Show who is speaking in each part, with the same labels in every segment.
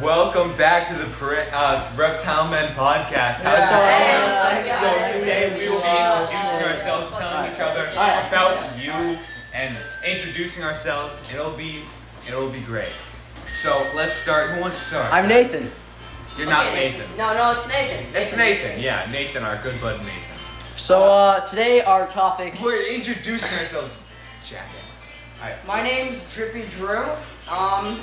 Speaker 1: welcome back to the Pre- uh, Reptile Men podcast. How's
Speaker 2: Yeah.
Speaker 1: y'all?
Speaker 2: Yeah.
Speaker 1: So today we will be introducing ourselves, telling each other
Speaker 2: Alright.
Speaker 1: about you, and introducing ourselves. It'll be, it'll be great. So let's start. Who wants to start?
Speaker 2: I'm Nathan.
Speaker 1: You're not
Speaker 3: Okay.
Speaker 1: Nathan.
Speaker 3: No, no, it's Nathan.
Speaker 1: It's Nathan. Yeah, Nathan, our good bud Nathan.
Speaker 2: So uh, today our topic.
Speaker 1: We're introducing ourselves, Jack. Alright.
Speaker 3: My name's Drippy Drew. Um,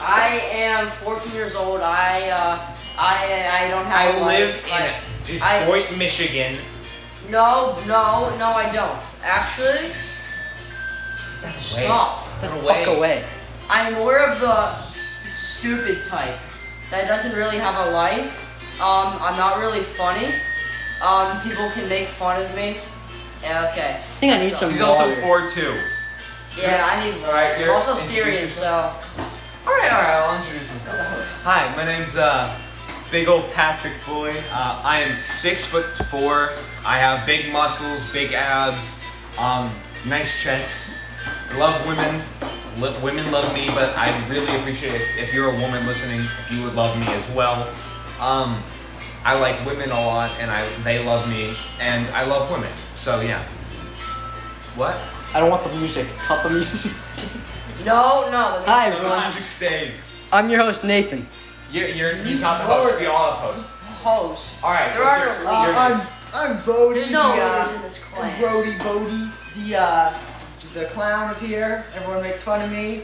Speaker 3: I am 14 years old. I uh, I I don't
Speaker 1: I
Speaker 3: have. a
Speaker 1: live
Speaker 3: life,
Speaker 1: in
Speaker 3: like-
Speaker 1: Detroit, Michigan.
Speaker 3: No, no, no, I don't. Actually,
Speaker 1: Wait.
Speaker 3: stop.
Speaker 2: The
Speaker 1: away.
Speaker 2: fuck away.
Speaker 3: I'm more of the stupid type that doesn't really have a life. Um, I'm not really funny. Um, people can make fun of me. Yeah, okay.
Speaker 2: I think I need some
Speaker 1: He's also
Speaker 2: water.
Speaker 1: four two.
Speaker 3: Yeah, I need.
Speaker 1: Alright, you're-
Speaker 3: also Syrian, so.
Speaker 1: All right, all right, I'll introduce myself. Hi, my name's uh, Big Old Patrick Boy. Uh, I am six foot four. I have big muscles, big abs, um, nice chest. I love women. Lo- women love me, but I really appreciate it if you're a woman listening, if you would love me as well. Um, I like women a lot, and I they love me, and I love women. So yeah. What?
Speaker 2: I don't want the music. Cut the music.
Speaker 3: No, no. the
Speaker 2: Hi,
Speaker 3: music's
Speaker 2: everyone.
Speaker 3: not.
Speaker 1: Music stays.
Speaker 2: I'm your host Nathan.
Speaker 1: You're you're you
Speaker 3: He's
Speaker 1: top host.
Speaker 3: lower.
Speaker 1: We all have hosts.
Speaker 3: Host.
Speaker 1: All right,
Speaker 3: There
Speaker 1: what's
Speaker 3: are
Speaker 1: your-
Speaker 3: no leaders.
Speaker 1: your-
Speaker 4: Uh, I'm Bodie,
Speaker 3: There's no
Speaker 4: the,
Speaker 3: leaders in
Speaker 4: uh,
Speaker 3: this
Speaker 4: I'm
Speaker 3: clan.
Speaker 4: Brody Bodie, the uh, the clown of here. Everyone makes fun of me.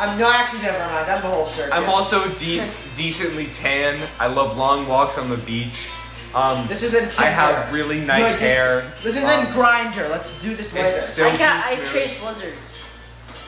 Speaker 4: I'm not actually never mind. I'm the whole circus.
Speaker 1: I'm also de- decently tan. I love long walks on the beach. Um,
Speaker 4: This isn't. Tinder.
Speaker 1: I have really nice
Speaker 4: just-
Speaker 1: hair.
Speaker 4: This
Speaker 1: Um,
Speaker 4: isn't grinder. Let's do this later.
Speaker 1: it's
Speaker 3: I
Speaker 1: silky
Speaker 3: can't. I
Speaker 1: smooth.
Speaker 3: chase lizards.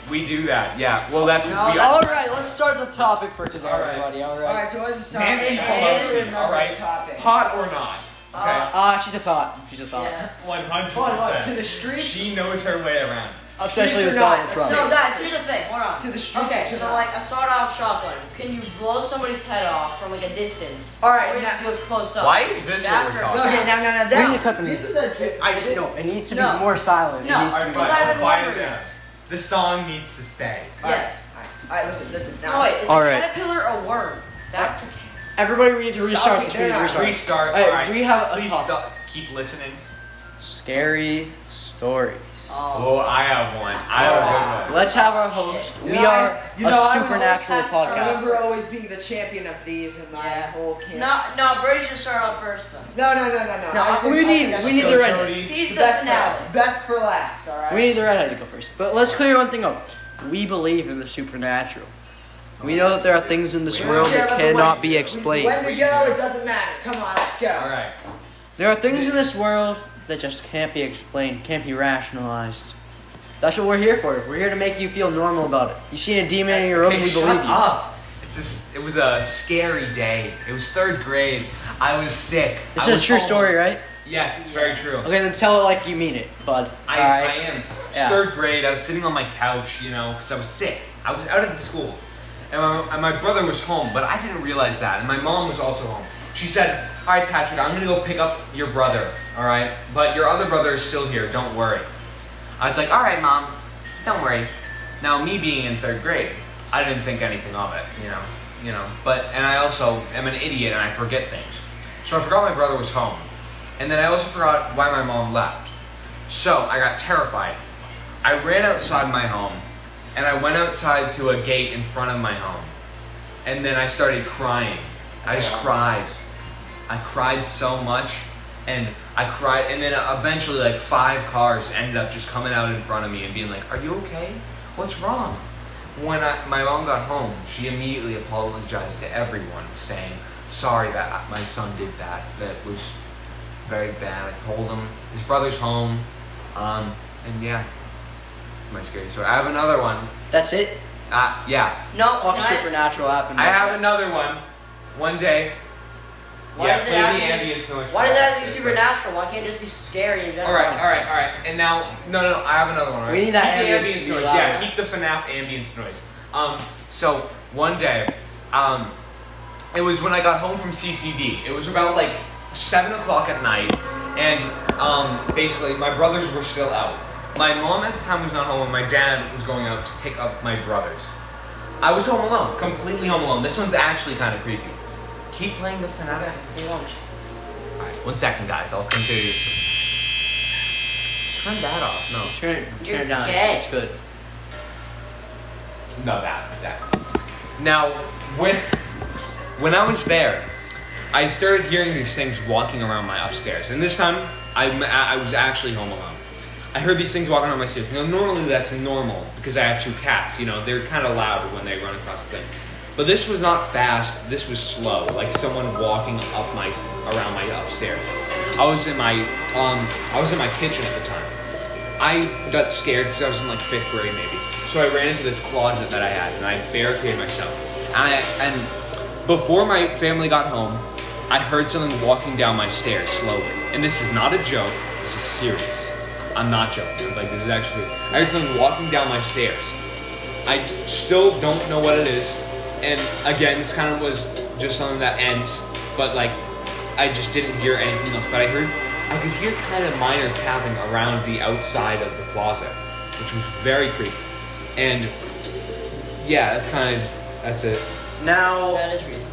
Speaker 1: We do that, yeah. Well, that's
Speaker 3: No,
Speaker 1: we
Speaker 2: All
Speaker 1: all.
Speaker 2: right, let's start the topic for today,
Speaker 1: All right.
Speaker 2: everybody. All
Speaker 4: All
Speaker 2: right.
Speaker 4: right, so what's the topic?
Speaker 1: Nancy
Speaker 3: It
Speaker 1: Pelosi.
Speaker 3: is.
Speaker 1: All right,
Speaker 4: Topic.
Speaker 1: hot or not? Okay,
Speaker 2: Ah, she's a thought. She's a thought.
Speaker 3: Yeah.
Speaker 1: one
Speaker 4: Come on, look, to
Speaker 1: hundred
Speaker 4: the streets.
Speaker 1: She knows her way around.
Speaker 2: Especially with
Speaker 4: Streets are not-
Speaker 2: Donald Trump.
Speaker 3: So guys, here's the thing. Hold on.
Speaker 4: To the streets.
Speaker 3: Okay,
Speaker 4: to
Speaker 3: so
Speaker 4: the-
Speaker 3: like a sawed-off shotgun. Can you blow somebody's head off from like a distance?
Speaker 4: All
Speaker 3: Or
Speaker 4: right,
Speaker 3: you
Speaker 4: now-
Speaker 3: do it close up.
Speaker 1: Why is this what
Speaker 3: Back
Speaker 1: we're
Speaker 3: or
Speaker 1: talking
Speaker 3: front?
Speaker 4: Okay, now, now,
Speaker 2: We
Speaker 4: now,
Speaker 2: need to
Speaker 4: that,
Speaker 2: cut the
Speaker 4: this is a.
Speaker 2: I just no. It needs to be
Speaker 3: No.
Speaker 2: more silent. It
Speaker 3: No.
Speaker 2: needs
Speaker 1: All
Speaker 2: to
Speaker 1: right,
Speaker 2: be
Speaker 3: Because I
Speaker 1: fine.
Speaker 3: haven't
Speaker 1: Quiet
Speaker 3: wondered
Speaker 1: down.
Speaker 3: this.
Speaker 1: The song needs to stay.
Speaker 3: Yes.
Speaker 4: All right, listen, listen. Now,
Speaker 3: No wait. Is
Speaker 2: All
Speaker 3: a
Speaker 2: right.
Speaker 3: caterpillar a worm? Back to
Speaker 2: Everybody, we need to restart
Speaker 4: Sorry,
Speaker 2: this. We need to
Speaker 4: they're not-
Speaker 2: restart.
Speaker 1: Restart.
Speaker 2: Hey,
Speaker 1: All right,
Speaker 2: we have a
Speaker 1: Please
Speaker 2: topic.
Speaker 1: stop. Keep listening.
Speaker 2: Scary stories.
Speaker 3: Oh.
Speaker 1: Oh, I have one. I have a good one.
Speaker 2: Let's have our host.
Speaker 4: You
Speaker 2: We
Speaker 4: know, I-
Speaker 2: are
Speaker 4: you know,
Speaker 2: a
Speaker 4: I'm a
Speaker 2: supernatural
Speaker 3: host, I
Speaker 4: I
Speaker 2: podcast.
Speaker 4: remember always being the champion of these in my
Speaker 3: Yeah.
Speaker 4: whole camp.
Speaker 3: No, no. Brady should start off first then.
Speaker 4: No, no, no, no, no.
Speaker 2: No,
Speaker 4: I think-
Speaker 2: we
Speaker 4: I
Speaker 2: need-
Speaker 4: think I
Speaker 2: we
Speaker 4: should
Speaker 2: need
Speaker 4: go
Speaker 2: the
Speaker 4: to
Speaker 2: red-
Speaker 1: Jody,
Speaker 3: He's the,
Speaker 4: best
Speaker 3: snap.
Speaker 4: For, best for last, alright?
Speaker 2: We need the redhead to go first. But let's clear one thing up. We believe in the supernatural. We know that there are things in this
Speaker 1: We
Speaker 2: world
Speaker 4: don't care
Speaker 2: that
Speaker 4: about the
Speaker 2: cannot
Speaker 4: white
Speaker 2: be
Speaker 1: people.
Speaker 2: explained.
Speaker 4: when we go, it doesn't matter. Come on, let's go.
Speaker 1: All right.
Speaker 2: There are things in this world that just can't be explained, can't be rationalized. That's what we're here for. We're here to make you feel normal about it. You see a demon in your room,
Speaker 1: Okay,
Speaker 2: we
Speaker 1: shut
Speaker 2: believe you.
Speaker 1: up. It's just, it was a scary day. It was third grade. I was sick.
Speaker 2: This
Speaker 1: I
Speaker 2: is a
Speaker 1: was
Speaker 2: true
Speaker 1: all-
Speaker 2: story, right?
Speaker 1: Yes, it's very true.
Speaker 2: Okay, then tell it like you mean it, bud.
Speaker 1: I, I
Speaker 2: Alright.
Speaker 1: am. It's
Speaker 2: Yeah.
Speaker 1: Third grade. I was sitting on my couch, you know, because I was sick. I was out of the school, and my, and my brother was home, but I didn't realize that. And my mom was also home. She said, "All right, Patrick, I'm gonna go pick up your brother. All right, but your other brother is still here. Don't worry." I was like, "All right, mom, don't worry." Now, me being in third grade, I didn't think anything of it, you know, you know. But and I also am an idiot and I forget things, so I forgot my brother was home, and then I also forgot why my mom left. So I got terrified. I ran outside my home, and I went outside to a gate in front of my home, and then I started crying. I just cried. I cried so much, and I cried, and then eventually, like five cars ended up just coming out in front of me and being like, "Are you okay? What's wrong?" When I, my mom got home, she immediately apologized to everyone, saying, "Sorry that I- my son did that. That was very bad. I told him his brother's home, um, and yeah, my scary story. I have another one.
Speaker 2: That's it.
Speaker 1: Uh, yeah,
Speaker 3: No.
Speaker 2: Fuck
Speaker 3: can I-
Speaker 2: supernatural happened.
Speaker 1: I have another one. One day.
Speaker 3: Why
Speaker 1: yeah,
Speaker 3: does it
Speaker 1: play
Speaker 3: have to be-
Speaker 1: the ambience noise.
Speaker 3: Why
Speaker 1: for
Speaker 3: does that have
Speaker 1: that.
Speaker 3: to be supernatural? Why can't it just be scary? And
Speaker 1: All right, all right, all right. And now, no, no, no I have another one. all Right?
Speaker 2: We need that
Speaker 1: keep the
Speaker 2: ambience to be
Speaker 1: noise.
Speaker 2: louder.
Speaker 1: Yeah, keep the FNAF ambience noise. Um, so one day, um, it was when I got home from CCD. It was about like seven o'clock at night, and um, basically my brothers were still out. My mom at the time was not home, and my dad was going out to pick up my brothers. I was home alone, completely home alone. This one's actually kind of creepy. Keep playing the fanatic.
Speaker 2: You won't.
Speaker 1: Alright, one second, guys. I'll come to you. Turn that off. No.
Speaker 2: Turn,
Speaker 3: You're
Speaker 2: turn it down.
Speaker 3: gay.
Speaker 2: It's, it's good.
Speaker 1: No, that that. Now, when when I was there, I started hearing these things walking around my upstairs, and this time I I was actually home alone. I heard these things walking around my stairs. Now, normally that's normal because I have two cats. You know, they're kind of loud when they run across the thing. But this was not fast. This was slow, like someone walking up my around my upstairs. I was in my um I was in my kitchen at the time. I got scared because I was in like fifth grade maybe. So I ran into this closet that I had and I barricaded myself. And, I, and before my family got home, I heard something walking down my stairs slowly. And this is not a joke. This is serious. I'm not joking. Like this is actually. I heard something walking down my stairs. I still don't know what it is. And again, this kind of was just something that ends, but like I just didn't hear anything else. But I heard, I could hear kind of minor tapping around the outside of the closet, which was very creepy. And yeah, that's kind of just, that's it.
Speaker 2: Now
Speaker 3: That is real.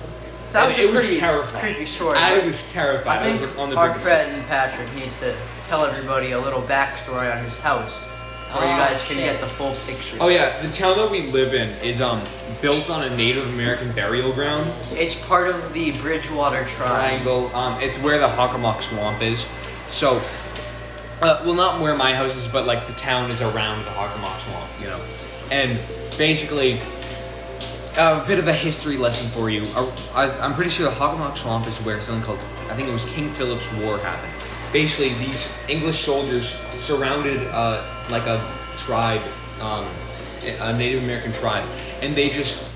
Speaker 2: that was
Speaker 1: And
Speaker 2: a
Speaker 1: it was
Speaker 2: pretty
Speaker 1: terrifying.
Speaker 2: creepy short.
Speaker 1: I
Speaker 2: but
Speaker 1: was terrified.
Speaker 2: I
Speaker 1: I,
Speaker 2: think
Speaker 1: was on the
Speaker 2: our
Speaker 1: brink of tears.
Speaker 2: friend Patrick needs to tell everybody a little backstory on his house, where you
Speaker 3: Oh,
Speaker 2: guys can
Speaker 3: shit.
Speaker 2: get the full picture.
Speaker 1: Oh yeah, the town that we live in is um built on a Native American burial ground.
Speaker 2: It's part of the Bridgewater Tribe.
Speaker 1: triangle. Um, it's where the Hockomock Swamp is. So, uh, well, not where my house is, but like the town is around the Hockomock Swamp, you know. And basically, a bit of a history lesson for you. Uh, I, I'm pretty sure the Hockomock Swamp is where something called, I think it was King Philip's War happened. Basically, these English soldiers surrounded uh, like a tribe, um, a Native American tribe, and they just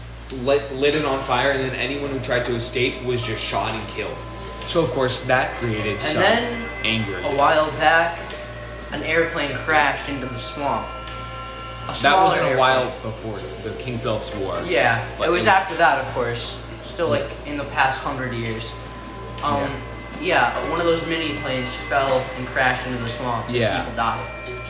Speaker 1: lit, lit it on fire, and then anyone who tried to escape was just shot and killed. So, of course, that created some
Speaker 2: then-
Speaker 1: anger.
Speaker 2: A while back, an airplane crashed into the swamp. A
Speaker 1: That
Speaker 2: smaller
Speaker 1: was a
Speaker 2: airplane.
Speaker 1: while before the King Philip's War.
Speaker 2: Yeah,
Speaker 1: But
Speaker 2: it was
Speaker 1: it-
Speaker 2: after that, of course. Still, like in the past hundred years. Um, yeah. one of those mini planes fell and crashed into the swamp.
Speaker 1: Yeah.
Speaker 2: people died.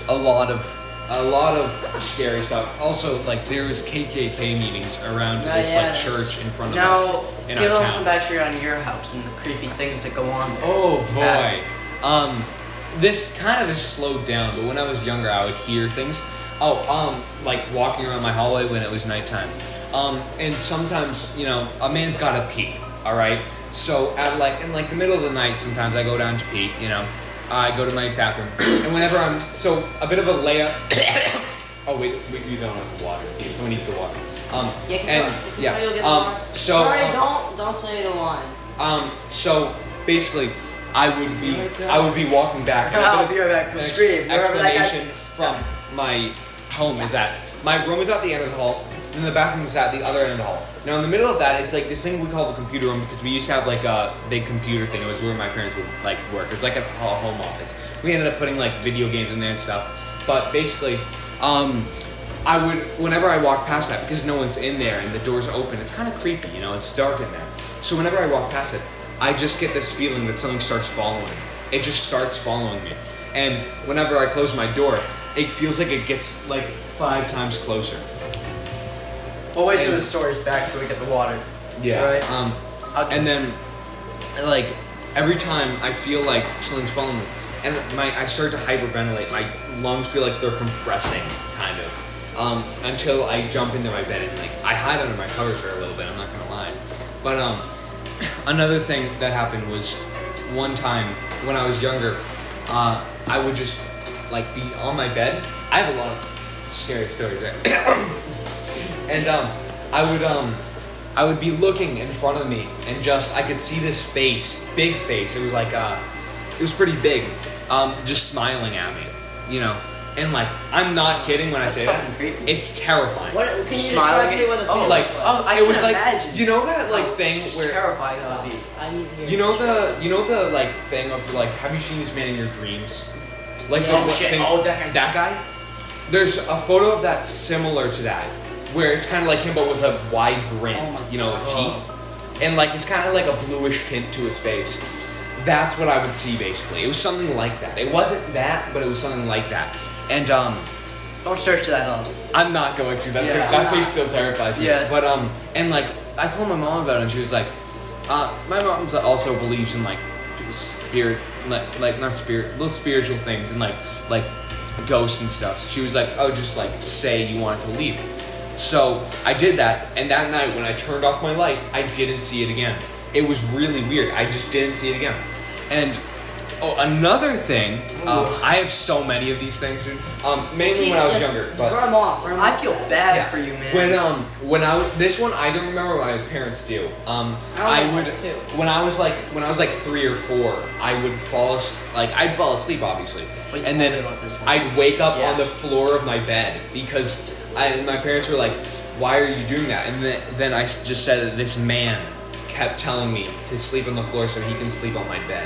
Speaker 1: a lot of a lot of scary stuff. Also, like there was KKK meetings around
Speaker 3: Oh,
Speaker 1: this
Speaker 3: yeah.
Speaker 1: like church in front of
Speaker 2: Now,
Speaker 1: us in
Speaker 2: Ah, give
Speaker 1: our
Speaker 2: them
Speaker 1: town.
Speaker 2: some backstory on your house and the creepy things that go on. there.
Speaker 1: Oh
Speaker 2: Yeah.
Speaker 1: boy. Um, this kind of is slowed down, but when I was younger, I would hear things. Oh, um, like walking around my hallway when it was nighttime. Um, and sometimes, you know, a man's got to pee. All right. So at like in like the middle of the night, sometimes I go down to pee. You know, I go to my bathroom, and whenever I'm so a bit of a layup. oh wait, wait, you don't have the water. Someone needs the water. Um,
Speaker 3: Yeah, can
Speaker 1: and
Speaker 3: tell- can
Speaker 1: yeah.
Speaker 3: tell you'll get the
Speaker 1: um,
Speaker 3: line.
Speaker 1: so
Speaker 3: Sorry,
Speaker 1: um,
Speaker 3: don't don't say the line.
Speaker 1: um, so basically, I would be I would be walking back. And
Speaker 2: Oh I'll
Speaker 1: a bit
Speaker 2: be right
Speaker 1: of
Speaker 2: back from
Speaker 1: an
Speaker 2: the stream. Wherever that guy-
Speaker 1: Explanation from my home is that my room is at the end of the hall, and the bathroom is at the other end of the hall. Now in the middle of that is like this thing we call the computer room because we used to have like a big computer thing. It was where my parents would like work. It was like a ho- home office. We ended up putting like video games in there and stuff. But basically, um, I would whenever I walk past that because no one's in there and the door's open. It's kind of creepy, you know. It's dark in there. So whenever I walk past it, I just get this feeling that something starts following me. It just starts following me. And whenever I close my door, it feels like it gets like five times closer.
Speaker 2: We'll wait till
Speaker 1: and-
Speaker 2: the story's back so we get the water. Right.
Speaker 1: Um,
Speaker 2: I'll-
Speaker 1: and then, like, every time I feel like something's following me, and my I start to hyperventilate. My lungs feel like they're compressing, kind of, um, until I jump into my bed and like I hide under my covers for a little bit. I'm not gonna lie, but um, another thing that happened was one time when I was younger, uh, I would just like be on my bed. I have a lot of scary stories. Right? and um, I would um, I would be looking in front of me, and just I could see this face, big face. It was like uh, it was pretty big, um, just smiling at me, you know. And like, I'm not kidding when I
Speaker 2: That's
Speaker 1: say
Speaker 2: fucking
Speaker 1: that.
Speaker 2: creepy.
Speaker 1: It's terrifying.
Speaker 3: What can you
Speaker 2: Smiling
Speaker 3: describe to me what the
Speaker 2: at-
Speaker 3: face
Speaker 2: oh,
Speaker 1: Like,
Speaker 3: looked
Speaker 2: oh, I
Speaker 1: it was
Speaker 2: can
Speaker 1: like,
Speaker 2: imagine.
Speaker 1: you know that like thing
Speaker 2: Just
Speaker 1: where
Speaker 2: terrified that would be.
Speaker 3: I need to hear.
Speaker 1: you know the you know the like thing of like have you seen this man in your dreams? Like
Speaker 3: Yeah.
Speaker 1: the
Speaker 3: Oh,
Speaker 2: shit.
Speaker 1: thing,
Speaker 2: Oh, that guy.
Speaker 1: That guy. There's a photo of that similar to that, where it's kind of like him but with a wide grin,
Speaker 3: Oh my
Speaker 1: you know,
Speaker 3: God.
Speaker 1: teeth, and like it's kind of like a bluish tint to his face. That's what I would see basically. It was something like that. It wasn't that, but it was something like that. And um,
Speaker 2: Don't search that up.
Speaker 1: I'm not going to. That,
Speaker 2: Yeah.
Speaker 1: that face still terrifies me.
Speaker 2: Yeah.
Speaker 1: But um, and like I told my mom about it, and she was like, uh, my mom also believes in like spirit, like, like not spirit, little spiritual things, and like like ghosts and stuff. So she was like, oh, just like say you wanted to leave. So I did that, and that night when I turned off my light, I didn't see it again. It was really weird. I just didn't see it again. And oh, another thing, uh, I have so many of these things, dude. Um, mainly when I was
Speaker 3: Yes,
Speaker 1: younger, but
Speaker 3: Run them off. Run 'em
Speaker 2: I
Speaker 3: off.
Speaker 2: feel bad
Speaker 1: Yeah.
Speaker 2: for you, man.
Speaker 1: When um when I w- this one I don't remember what my parents do. Um
Speaker 3: I
Speaker 1: I,
Speaker 3: don't
Speaker 1: would
Speaker 3: know, too.
Speaker 1: when I was like when I was like three or four I would fall as- like I'd fall asleep obviously
Speaker 2: Wait,
Speaker 1: and
Speaker 2: tell
Speaker 1: then
Speaker 2: me about this one.
Speaker 1: I'd wake up
Speaker 2: Yeah.
Speaker 1: on the floor of my bed because I, and my parents were like why are you doing that and then then I s- just said that this man kept telling me to sleep on the floor so he can sleep on my bed.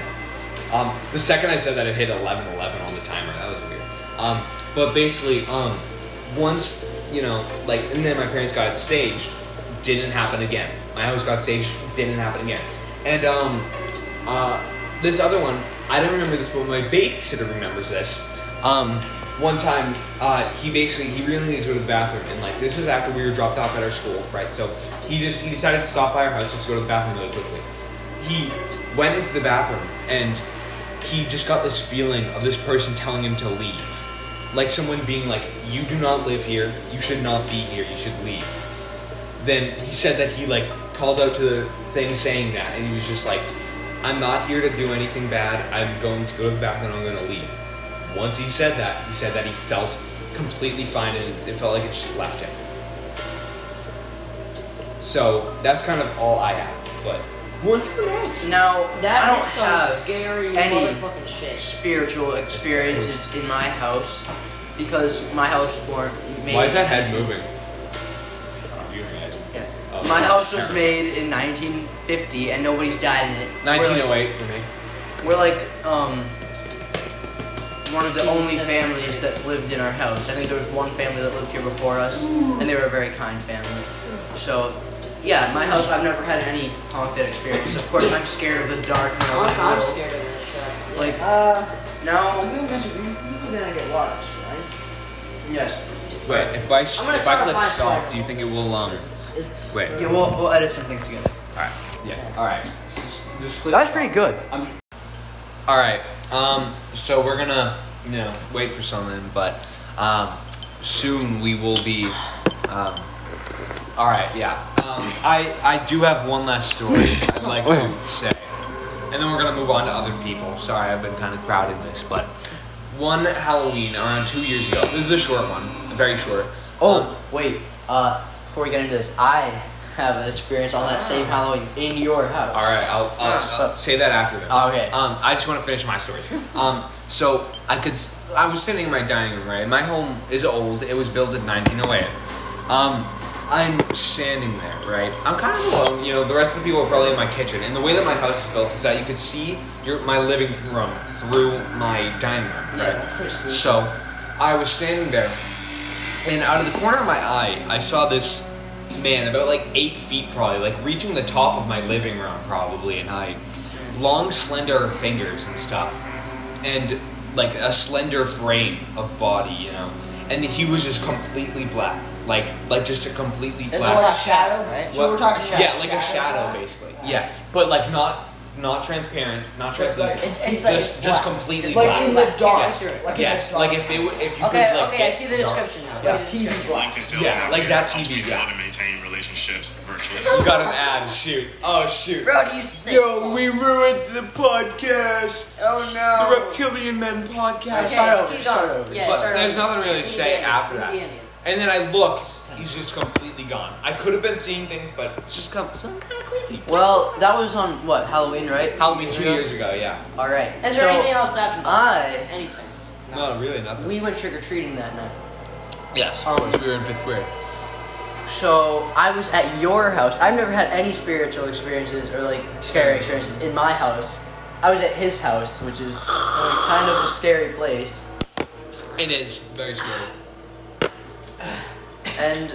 Speaker 1: Um, the second I said that, it hit 11 11 on the timer. That was weird. Um, but basically, um, once, you know, like, and then my parents got saged, didn't happen again. My house got saged, didn't happen again. And um, uh, this other one, I don't remember this, but my babysitter remembers this. Um, one time, uh, he basically he really needed to go to the bathroom, and like this was after we were dropped off at our school, right? So he just he decided to stop by our house just to go to the bathroom really quickly he went into the bathroom and he just got this feeling of this person telling him to leave. Like someone being like, You do not live here, you should not be here, you should leave. Then he said that he like called out to the thing saying that and he was just like, I'm not here to do anything bad, I'm going to go to the bathroom and I'm gonna leave. Once he said that, he said that he felt completely fine and it felt like it just left him. So that's kind of all I have, but what's the next?
Speaker 2: now
Speaker 3: That
Speaker 2: I
Speaker 3: is
Speaker 2: don't
Speaker 3: some
Speaker 2: have
Speaker 3: scary
Speaker 2: any-
Speaker 3: motherfucking shit.
Speaker 2: spiritual experiences in my house because my house weren't made.
Speaker 1: Why is that head moving? Do you think I-
Speaker 2: Yeah.
Speaker 1: Oh.
Speaker 2: My house was made in 1950 and nobody's died in it. We're like-
Speaker 1: 1908 for me.
Speaker 2: We're like um one of the only families that lived in our house. I think there was one family that lived here before us, and they were a very kind family. So, yeah, my house. I've never had any haunted experience. Of course, I'm scared of the dark. When I was
Speaker 3: I'm, I'm
Speaker 2: little.
Speaker 3: scared of that shit.
Speaker 2: Like
Speaker 4: Uh, I
Speaker 2: now,
Speaker 4: think we should, you can then get watched, right?
Speaker 2: yes.
Speaker 1: Wait, if I
Speaker 3: I'm gonna
Speaker 1: if
Speaker 3: start
Speaker 1: I
Speaker 3: a
Speaker 1: click
Speaker 3: flash
Speaker 1: stop,
Speaker 3: fire.
Speaker 1: do you think it will um? Wait.
Speaker 2: Yeah, we'll, we'll edit some things together.
Speaker 1: All right. Yeah. All right. Just, just click. stop.
Speaker 2: good.
Speaker 1: All right. Um. So we're gonna you know wait for something, but um, soon we will be um. All right. Yeah. Um. I I do have one last story I'd like to say, and then we're gonna move on to other people. Sorry, I've been kind of crowding this, but one Halloween around two years ago. This is a short one, very short. Um,
Speaker 2: Oh wait, uh, before we get into this, I have an experience on that same Halloween in your house.
Speaker 1: Ah. All right, I'll, I'll,
Speaker 2: Yeah, so-
Speaker 1: I'll say that after then.
Speaker 2: Okay.
Speaker 1: Um, I just want to finish my story. Um, so I could, s- I was sitting in my dining room, right? My home is old. It was built in 1908. Um, I'm standing there, right? I'm kind of alone. You know, the rest of the people are probably in my kitchen. And the way that my house is built is that you could see your my living room through my dining room,
Speaker 3: Yeah,
Speaker 1: right?
Speaker 3: that's pretty spooky.
Speaker 1: So I was standing there, and out of the corner of my eye, I saw this man about like eight feet, probably like reaching the top of my living room, probably in height. Long, slender fingers and stuff, and like a slender frame of body, you know. And he was just completely black, like like just a completely
Speaker 3: There's a
Speaker 1: black.
Speaker 3: lot of shadow, right?
Speaker 4: So we're
Speaker 1: What-
Speaker 4: talking shadow.
Speaker 1: Yeah, like a shadow, basically. Yeah, but like not not transparent, not
Speaker 4: Like-
Speaker 1: translucent.
Speaker 4: it's-
Speaker 3: it's
Speaker 1: just
Speaker 3: like-
Speaker 4: it's
Speaker 1: just
Speaker 4: black.
Speaker 1: completely
Speaker 4: It's
Speaker 3: like
Speaker 1: black.
Speaker 4: in the dark.
Speaker 3: Yeah.
Speaker 4: Like
Speaker 1: Yes,
Speaker 4: in the
Speaker 1: like if they would, if you
Speaker 3: Okay,
Speaker 1: could, like,
Speaker 3: okay, I
Speaker 1: get
Speaker 3: see the
Speaker 1: dark.
Speaker 3: description now.
Speaker 4: Yeah,
Speaker 3: I see the
Speaker 4: TV
Speaker 3: description.
Speaker 4: black.
Speaker 5: to sales
Speaker 1: Yeah,
Speaker 5: out
Speaker 1: like
Speaker 5: there
Speaker 1: that
Speaker 5: helps
Speaker 1: TV,
Speaker 5: people
Speaker 1: yeah.
Speaker 5: to maintain relationships virtually.
Speaker 1: You got an ad. Shoot. Oh shoot.
Speaker 3: Bro, do you sick?
Speaker 1: Yo, we ruined the podcast.
Speaker 3: Oh
Speaker 1: The
Speaker 3: no.
Speaker 1: Reptilian Men podcast.
Speaker 3: Okay,
Speaker 4: Start over,
Speaker 3: keep
Speaker 4: start
Speaker 3: going.
Speaker 4: over.
Speaker 3: Yeah,
Speaker 1: But
Speaker 3: start
Speaker 1: there's
Speaker 3: over.
Speaker 1: nothing really to
Speaker 3: Who's
Speaker 1: say
Speaker 3: the
Speaker 1: after
Speaker 3: Indians?
Speaker 1: that.
Speaker 3: Who's the Indians?
Speaker 1: And then I look, he's just completely gone. I could have been seeing things, but it's just come, something kind of creepy.
Speaker 2: Well, that was on what Halloween, right?
Speaker 1: Halloween two years ago, yeah.
Speaker 2: All right.
Speaker 3: Is there
Speaker 2: so
Speaker 3: anything else after that?
Speaker 2: I
Speaker 3: Anything.
Speaker 1: No, really nothing.
Speaker 2: we went trick or treating that night.
Speaker 1: yes,
Speaker 2: Um,
Speaker 1: because we were in fifth grade.
Speaker 2: So I was at your house. I've never had any spiritual experiences or like scary experiences in my house. I was at his house, which is like, kind of a scary place.
Speaker 1: It is very scary.
Speaker 2: And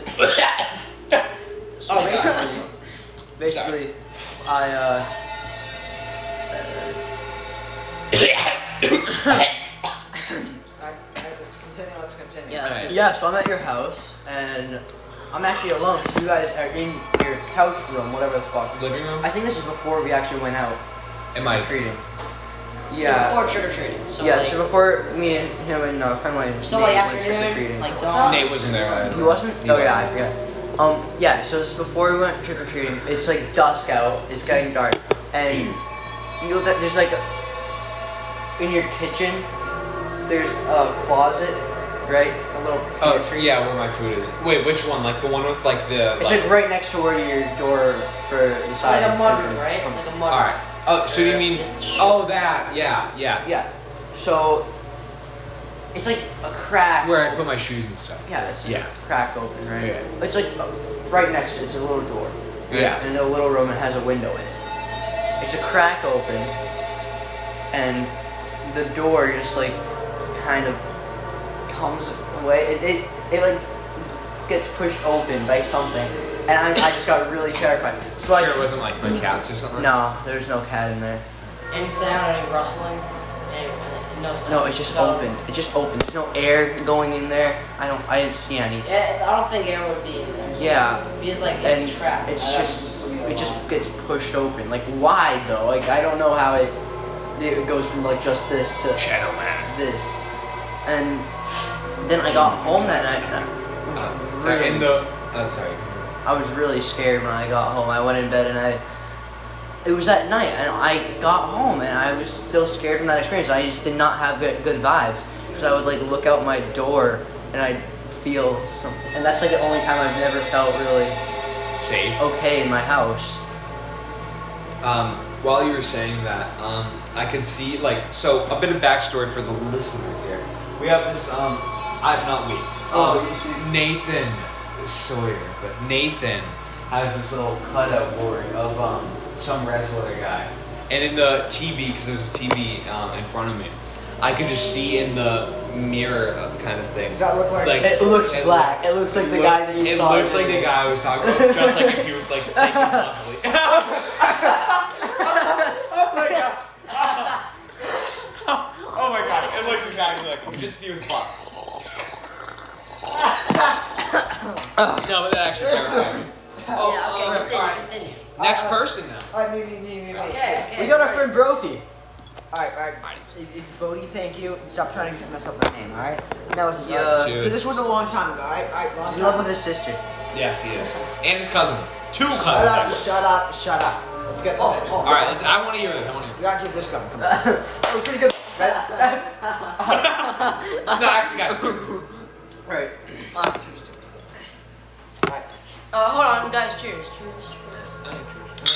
Speaker 2: so basically, basically, I uh,
Speaker 4: Alright, alright, let's continue, let's continue.
Speaker 3: Yeah.
Speaker 1: Alright,
Speaker 2: yeah, so I'm at your house, and I'm actually alone because you guys are in your couch room, whatever the fuck.
Speaker 1: Living room?
Speaker 2: I think this is before we actually went out
Speaker 1: Am I?
Speaker 2: treating.
Speaker 3: So
Speaker 2: Yeah.
Speaker 3: before trick or treating. So
Speaker 2: yeah,
Speaker 3: like,
Speaker 2: so before me and him and uh, friend Wayne.
Speaker 3: so like
Speaker 2: Nate went
Speaker 3: afternoon,
Speaker 2: trick-or-treating.
Speaker 3: like dawn.
Speaker 1: Nate wasn't there. I don't
Speaker 2: He
Speaker 1: know.
Speaker 2: wasn't? Oh
Speaker 1: He
Speaker 2: yeah, I forget. Um, yeah, so this is before we went trick or treating. It's like dusk out. It's getting dark, and you know that there's like a, in your kitchen, there's a closet, right? A little.
Speaker 1: Oh
Speaker 2: pantry.
Speaker 1: yeah, where my food is. Wait, which one? Like the one with like the.
Speaker 2: It's
Speaker 1: Like,
Speaker 2: like right next to where your door for the side.
Speaker 3: Like a mudroom,
Speaker 2: entrance
Speaker 3: right?
Speaker 2: comes
Speaker 3: Like a
Speaker 1: all
Speaker 3: mudroom.
Speaker 1: right. Oh, so you mean?
Speaker 3: It's-
Speaker 1: Oh, that. Yeah, yeah.
Speaker 2: Yeah. So it's like a crack.
Speaker 1: Where I put my shoes and stuff.
Speaker 2: yeah, it's
Speaker 1: Yeah.
Speaker 2: yeah. crack open, right?
Speaker 1: Yeah.
Speaker 2: It's like uh, right next to it's a little door.
Speaker 1: Yeah.
Speaker 2: And a little room that has a window in it. It's a crack open and the door just like kind of comes away. It it, it like gets pushed open by something. And I, I just got really terrified. So
Speaker 1: sure, it
Speaker 2: I
Speaker 1: wasn't like the cats or something.
Speaker 2: no, there's no cat in there.
Speaker 3: Any sound, any rustling, any, uh, no sound.
Speaker 2: No, it just
Speaker 3: So-
Speaker 2: opened. It just opened. There's no air going in there. I don't. I didn't see any.
Speaker 3: Yeah, I don't think air would be in there.
Speaker 2: Yeah.
Speaker 3: Because like it's
Speaker 2: And
Speaker 3: trapped.
Speaker 2: it's
Speaker 3: I don't-
Speaker 2: just. It just gets pushed open. Like why though? Like I don't know how it. It goes from like just this to
Speaker 1: Shadowland.
Speaker 2: this, and then I got home that night. And I, was
Speaker 1: Uh,
Speaker 2: really,
Speaker 1: in the. Oh, sorry.
Speaker 2: I was really scared when I got home. I went in bed and I. It was that night, and I got home, and I was still scared from that experience. I just did not have good, good vibes because I would like look out my door and I feel something, and that's like the only time I've never felt really
Speaker 1: Safe.
Speaker 2: okay in my house.
Speaker 1: Um, while you were saying that, um, I could see like so a bit of backstory for the listeners here. We have this um, I not we.
Speaker 2: Oh,
Speaker 1: Um, Nathan Sawyer, but Nathan has this little cutout board of um, some wrestler guy, and in the TV because there's a TV um, in front of me, I could just see in the mirror uh, kind of thing.
Speaker 4: Does that look like?
Speaker 1: Like-
Speaker 2: It looks
Speaker 1: it
Speaker 2: black. It looks like the
Speaker 1: Look-
Speaker 2: guy that you
Speaker 1: it
Speaker 2: saw.
Speaker 1: looks like the guy I was talking about, just like if he was like thinking muscly.
Speaker 4: oh my god!
Speaker 1: Oh my god, it looks exactly like just view as buff. no, but that actually terrified me. Oh,
Speaker 3: Yeah, okay,
Speaker 1: alright,
Speaker 3: continue,
Speaker 1: alright.
Speaker 3: continue.
Speaker 1: Next person now.
Speaker 4: All right, me, me, me, me, me.
Speaker 3: Okay, okay.
Speaker 2: We got our friend Brophy.
Speaker 4: All right, all right. It- It's Bodie. Thank you. And stop trying to mess up my name. All right. Now listen.
Speaker 2: Yeah.
Speaker 4: all right?
Speaker 1: Dude.
Speaker 4: So this was a long time ago. All right, all right. Long
Speaker 2: He's
Speaker 4: time.
Speaker 2: in love with his sister.
Speaker 1: Yes, he is. And his cousin. Two
Speaker 4: Shut
Speaker 1: cousins.
Speaker 4: up!
Speaker 1: actually.
Speaker 4: Shut up! Shut up! Let's get to this.
Speaker 1: All right, let's, I want to hear this. I want to hear.
Speaker 4: You gotta keep this going. Come on.
Speaker 2: That was pretty good.
Speaker 1: This. No, actually, guys.
Speaker 2: Right.
Speaker 4: All right.
Speaker 3: Uh, hold on, guys. Cheers, cheers, cheers.
Speaker 4: And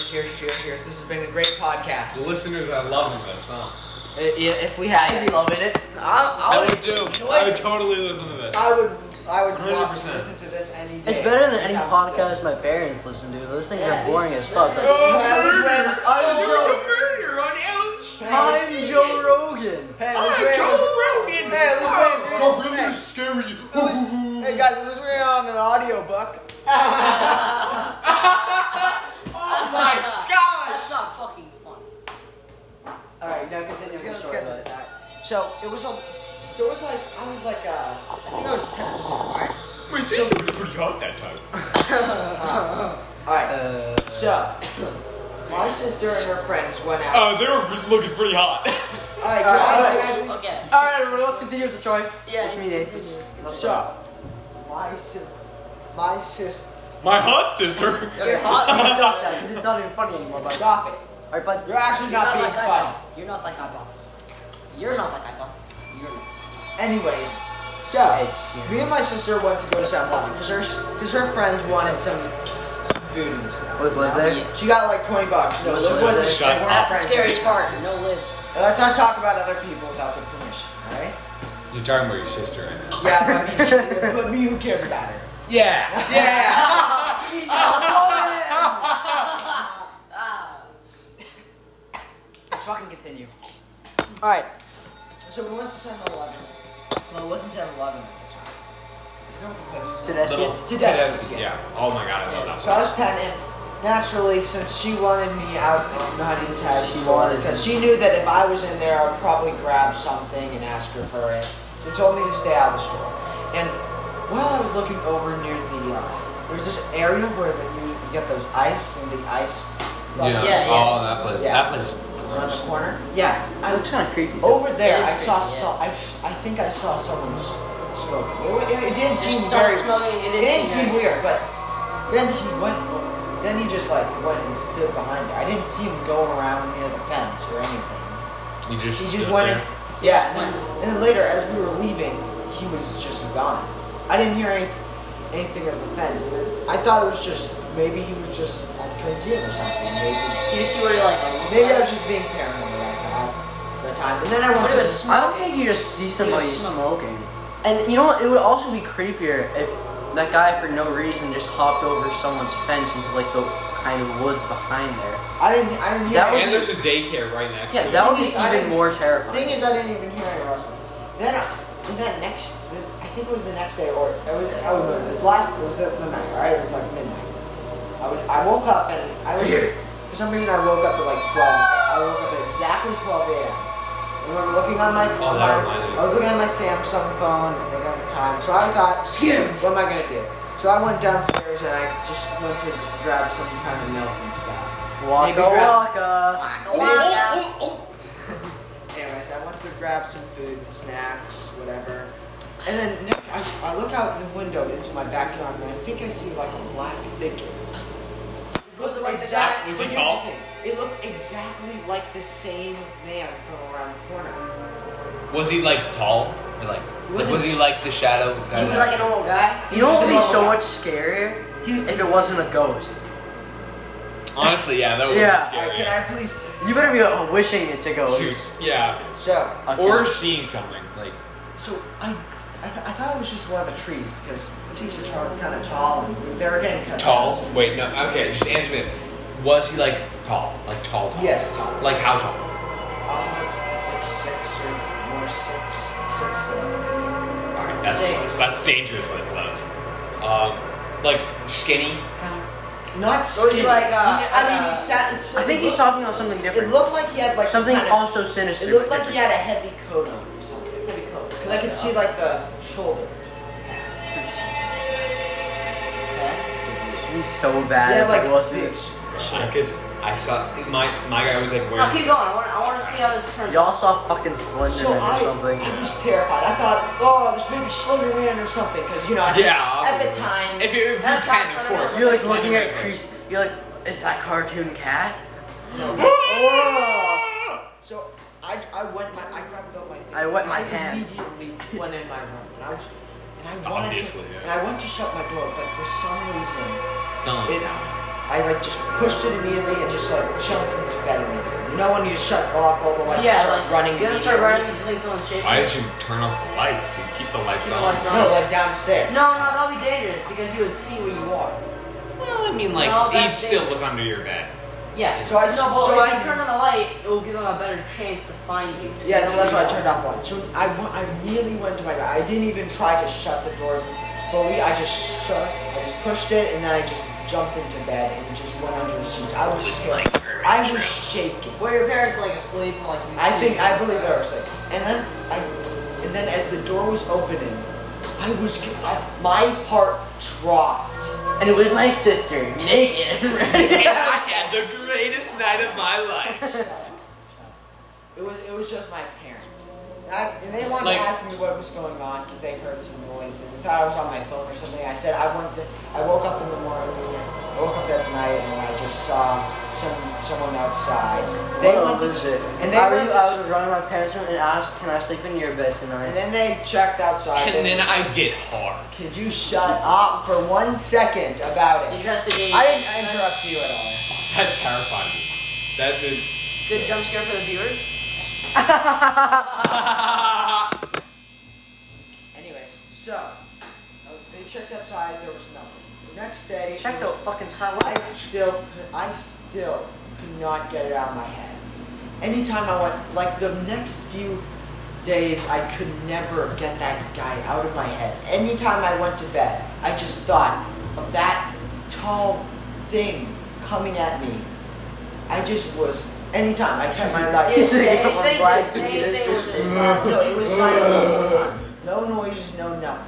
Speaker 4: Cheers! Cheers! Cheers! This has been a great
Speaker 1: The
Speaker 4: podcast.
Speaker 1: listeners are loving this. Huh?
Speaker 4: Uh, yeah, If we had
Speaker 2: I'd
Speaker 4: it.
Speaker 2: be loving it.
Speaker 3: I, I
Speaker 1: I
Speaker 3: would.
Speaker 1: would do. I would totally listen to this.
Speaker 4: I would, I would want to
Speaker 1: 100%.
Speaker 4: listen to this any day.
Speaker 2: It's better than any
Speaker 4: Yeah.
Speaker 2: podcast my parents listen to. Those things
Speaker 3: Yeah,
Speaker 2: are boring as
Speaker 3: these-
Speaker 2: fuck.
Speaker 3: these-
Speaker 4: Oh,
Speaker 2: Like,
Speaker 1: There
Speaker 2: I'm
Speaker 1: was
Speaker 2: Joe.
Speaker 1: a murder on Elm Street.
Speaker 2: I'm Joe Rogan.
Speaker 4: Hey,
Speaker 1: I'm
Speaker 4: let's rate-
Speaker 1: Joe Rogan.
Speaker 4: Hey, let's rate-
Speaker 1: Joe
Speaker 4: hey,
Speaker 1: Rogan is scary.
Speaker 4: Hey guys, let's read on an audiobook.
Speaker 1: Oh my god.
Speaker 3: That's not fucking funny.
Speaker 2: All right, now continue with
Speaker 4: Let's get,
Speaker 2: the
Speaker 4: let's
Speaker 2: story.
Speaker 4: get into that. So it was, a, so it was like I was like, uh, I think I was ten. All right,
Speaker 1: Wait, this was pretty hot that time.
Speaker 4: all right.
Speaker 2: Uh,
Speaker 4: so my sister and her friends went out.
Speaker 1: Uh, they were looking pretty hot.
Speaker 4: all right,
Speaker 2: all right,
Speaker 4: guys,
Speaker 2: all
Speaker 4: guys, guys,
Speaker 3: Okay.
Speaker 2: all right, everyone, let's continue with the story.
Speaker 3: Yeah.
Speaker 2: It's me, Nathan.
Speaker 3: continue.
Speaker 4: So my sister, my sister,
Speaker 1: My hot sister.
Speaker 3: You're hot.
Speaker 2: Yeah, because it's not even funny anymore. But, all
Speaker 4: stop it.
Speaker 2: right, but
Speaker 4: You're actually
Speaker 3: You're
Speaker 4: not
Speaker 3: not
Speaker 4: being
Speaker 3: like I
Speaker 4: funny.
Speaker 3: thought. You're not like I thought. You're not like I thought. You're not.
Speaker 4: Anyways, so me and my sister went to go to San Juan because her because her friends wanted some some food and stuff.
Speaker 2: was live there.
Speaker 4: She got like twenty bucks. No,
Speaker 2: Was
Speaker 4: Liv
Speaker 2: it
Speaker 4: wasn't.
Speaker 2: really?
Speaker 4: they weren't
Speaker 3: That's the
Speaker 4: friends.
Speaker 3: scariest part. No lid.
Speaker 4: And let's not talk about other people without their permission, alright?
Speaker 1: You're talking about your sister right now.
Speaker 4: Yeah, but me, but me, who cares about her?
Speaker 1: Yeah. Yeah.
Speaker 2: Let's fucking continue.
Speaker 4: Alright. So we went to 7 Eleven. Well, it wasn't 7 Eleven at the time. I forgot what the place was.
Speaker 2: Tedeschi's.
Speaker 4: Tedeschi's, yes.
Speaker 1: Yeah. Oh my god, I love that.
Speaker 4: So I was 10, and naturally, since she wanted me out and not in tag,
Speaker 2: She
Speaker 4: for-
Speaker 2: wanted
Speaker 4: because
Speaker 2: you.
Speaker 4: she knew that if I was in there, I'd probably grab something and ask her for it. She told me to stay out of the store, and Well, I was looking over near the. Uh, there's this area where the, you, you get those ice and the ice.
Speaker 1: Yeah.
Speaker 3: Yeah, yeah.
Speaker 1: Oh, that place.
Speaker 4: Yeah.
Speaker 1: That place.
Speaker 4: Around the corner. Yeah. I
Speaker 2: It's kind of creepy.
Speaker 4: over
Speaker 3: It
Speaker 4: there.
Speaker 3: is
Speaker 4: I saw.
Speaker 3: creepy, yeah.
Speaker 4: So, I, I think I saw someone s- smoking. It, wa- it, it didn't
Speaker 3: Just
Speaker 4: seem
Speaker 3: start
Speaker 4: very.
Speaker 3: smoking. It
Speaker 4: It
Speaker 3: didn't,
Speaker 4: didn't
Speaker 3: seem
Speaker 4: seem weird, but then he went. Then he just like went and stood behind there. I didn't see him go around near the fence or anything.
Speaker 1: You just.
Speaker 4: He just
Speaker 1: stood there.
Speaker 4: went. and-
Speaker 3: Just
Speaker 4: Yeah. and,
Speaker 3: went.
Speaker 4: then, and then later, as we were leaving, he was just gone. I didn't hear any, anything of the fence. And then I thought it was just maybe he was just I couldn't see him or something. Maybe
Speaker 3: Do you see what it like? looked
Speaker 4: maybe I
Speaker 3: like?
Speaker 4: was just being paranoid. I thought at the time. And then I went
Speaker 3: What it
Speaker 4: to the
Speaker 3: was
Speaker 2: I don't
Speaker 3: smoking.
Speaker 2: think you just see somebody
Speaker 3: Yes.
Speaker 2: smoking. And you know what? It would also be creepier if that guy for no reason just hopped over someone's fence into like the kind of woods behind there.
Speaker 4: I didn't. I didn't hear.
Speaker 2: That
Speaker 4: any-
Speaker 1: And there's a daycare right next
Speaker 2: Yeah,
Speaker 1: to
Speaker 2: that would be
Speaker 4: thing is, I
Speaker 2: even
Speaker 4: didn't-
Speaker 2: more
Speaker 4: The
Speaker 2: terrifying.
Speaker 4: thing is, I didn't even hear any rustling. Then, I, and then next, I think it was the next day, or I was, I was no, it was last, it was the, the night, right? It was like midnight. I was, I woke up and I was, for some reason, I woke up at like twelve. I woke up at exactly twelve a.m. I remember looking on my phone.
Speaker 1: Oh, that
Speaker 4: my-
Speaker 1: reminded me.
Speaker 4: I was looking at my Samsung phone and at the time, so I thought, What am I gonna do? So I went downstairs and I just went to grab some kind of milk and stuff.
Speaker 2: Waka
Speaker 4: Maybe grab-
Speaker 2: waka.
Speaker 3: Waka waka.
Speaker 4: Anyways, I went to grab some food, snacks, whatever. And then Nick, I, I look out the window into my backyard and I think I see like a black figure. It looked
Speaker 3: like the
Speaker 4: exact-
Speaker 3: guy-
Speaker 1: Was he tall?
Speaker 4: It looked exactly like the same man from around the corner.
Speaker 1: Was he like tall? Or like was,
Speaker 4: Wasn't-
Speaker 1: he like the shadow guy?
Speaker 3: Is he like an old guy?
Speaker 2: You know what would be so much scarier? If it wasn't a ghost.
Speaker 1: Honestly, yeah, that would be
Speaker 2: Yeah.
Speaker 4: Uh,
Speaker 1: scary.
Speaker 4: can I please?
Speaker 2: You better be uh, wishing it's a ghost.
Speaker 1: Shoot, yeah.
Speaker 4: So,
Speaker 2: Okay.
Speaker 1: Or seeing something. Like
Speaker 4: So I, I, th- I thought it was just one of the trees because the teachers are kind of tall and they're again kind of
Speaker 1: tall. Wait, no. Okay, just answer me. Was he like tall? Like tall? tall?
Speaker 4: Yes, tall.
Speaker 1: Like how tall?
Speaker 4: Uh, like six or more, six, six, seven.
Speaker 1: All right, that's
Speaker 3: Six.
Speaker 1: close. That's dangerously close. Um, like skinny.
Speaker 4: Not skinny.
Speaker 3: like, uh,
Speaker 4: I
Speaker 3: like,
Speaker 4: mean,
Speaker 3: uh,
Speaker 4: it's, not- it's,
Speaker 2: I think
Speaker 4: it
Speaker 2: he's
Speaker 4: looked-
Speaker 2: talking about something different.
Speaker 4: It looked like he had like some
Speaker 2: something
Speaker 4: kind of-
Speaker 2: also sinister.
Speaker 4: It looked
Speaker 2: but
Speaker 4: like he
Speaker 2: different.
Speaker 4: had a heavy coat on or something.
Speaker 3: Heavy coat.
Speaker 4: Because I could see like the shoulder.
Speaker 3: Okay.
Speaker 2: It'd be so
Speaker 4: They
Speaker 2: bad
Speaker 4: had
Speaker 2: if
Speaker 4: like
Speaker 2: it wasn't.
Speaker 4: boots.
Speaker 1: I could. I saw my my guy was like wearing.
Speaker 3: Now keep going. I want. I want to see how this turns. out.
Speaker 2: Y'all saw fucking Slenderman
Speaker 4: So I,
Speaker 2: or something.
Speaker 4: I was terrified. I thought, oh, there's maybe Slender Man or something. Because you know, at,
Speaker 1: Yeah,
Speaker 4: the, at the
Speaker 1: obviously.
Speaker 4: time,
Speaker 1: If you if you're
Speaker 3: That's
Speaker 1: ten,
Speaker 3: how
Speaker 1: of
Speaker 3: I
Speaker 1: course.
Speaker 2: You're like looking
Speaker 1: Slenderman's
Speaker 2: at
Speaker 1: like-
Speaker 2: Crease. You're like, is that cartoon cat?
Speaker 4: So I, I went my I grabbed up my things.
Speaker 2: I wet my
Speaker 4: and
Speaker 2: pants.
Speaker 4: Immediately went in my room and I was and I wanted
Speaker 1: Obviously,
Speaker 4: to
Speaker 1: yeah.
Speaker 4: and I went to shut my door, but for some reason
Speaker 1: No.
Speaker 4: it I like just pushed it immediately and just like jumped into bed immediately. You know when you shut off all the lights,
Speaker 3: Yeah,
Speaker 4: you start
Speaker 3: like
Speaker 4: running.
Speaker 3: You gotta start running
Speaker 4: immediately?
Speaker 3: because you think someone's chasing.
Speaker 1: Why
Speaker 3: you.
Speaker 1: did you turn off the lights? Dude, keep the lights
Speaker 3: Keep the
Speaker 1: on.
Speaker 3: lights on.
Speaker 4: No, like downstairs.
Speaker 3: No, no, that'll be dangerous because you would see where you are.
Speaker 1: Well, I mean, like
Speaker 3: No,
Speaker 1: he'd
Speaker 3: that's
Speaker 1: still
Speaker 3: dangerous.
Speaker 1: look under your bed.
Speaker 3: Yeah.
Speaker 4: So I-
Speaker 3: no, but
Speaker 4: so
Speaker 3: if
Speaker 4: I-
Speaker 3: you turn on the light, it will give them a better chance to find you.
Speaker 4: Yeah, so that's why I
Speaker 3: Yeah.
Speaker 4: turned off lights. So I, wa- I really went to my bed. I didn't even try to shut the door fully. I just shut, I just pushed it, and then I just jumped into bed and just went under the sheets. I was scared. I was shaking.
Speaker 3: Where your parents like asleep, like you
Speaker 4: I think I believe there was like, and then I, and then as the door was opening, I was I, my heart dropped.
Speaker 2: And it was my sister, naked.
Speaker 1: I had the greatest night of my life.
Speaker 4: It was it was just my parents. And I- and they wanted
Speaker 1: Like-
Speaker 4: to ask me what was going on because they heard some noise and they thought I was on my phone or something. I said I went to, I woke up in the morning. I woke up that night and I just saw some someone outside. They went to,
Speaker 2: it?
Speaker 4: and
Speaker 2: And
Speaker 4: they
Speaker 2: I,
Speaker 4: went
Speaker 2: was, I
Speaker 4: to,
Speaker 2: was running my parents' room and asked, "Can I sleep in your bed tonight?"
Speaker 4: and then they checked outside.
Speaker 1: And
Speaker 4: They-
Speaker 1: then I get hard.
Speaker 4: Could you shut up for one second about it?
Speaker 3: Investigate.
Speaker 4: I didn't interrupt you at all.
Speaker 1: That terrified me. That did.
Speaker 3: Good jump scare for the viewers.
Speaker 4: Anyways, so uh, they checked outside. There was nothing. The next day,
Speaker 2: Check out fucking
Speaker 4: I
Speaker 2: silence.
Speaker 4: still, I still could not get it out of my head. Anytime I went, like the next few days, I could never get that guy out of my head. Anytime I went to bed, I just thought of that tall thing coming at me. I just was. Anytime I kept my life.
Speaker 3: Did say anything?
Speaker 4: Black
Speaker 3: Did say
Speaker 4: Beauty,
Speaker 3: anything?
Speaker 4: this
Speaker 3: Was
Speaker 4: just-
Speaker 3: just
Speaker 4: no, it was silent all the time. No noise, no nothing.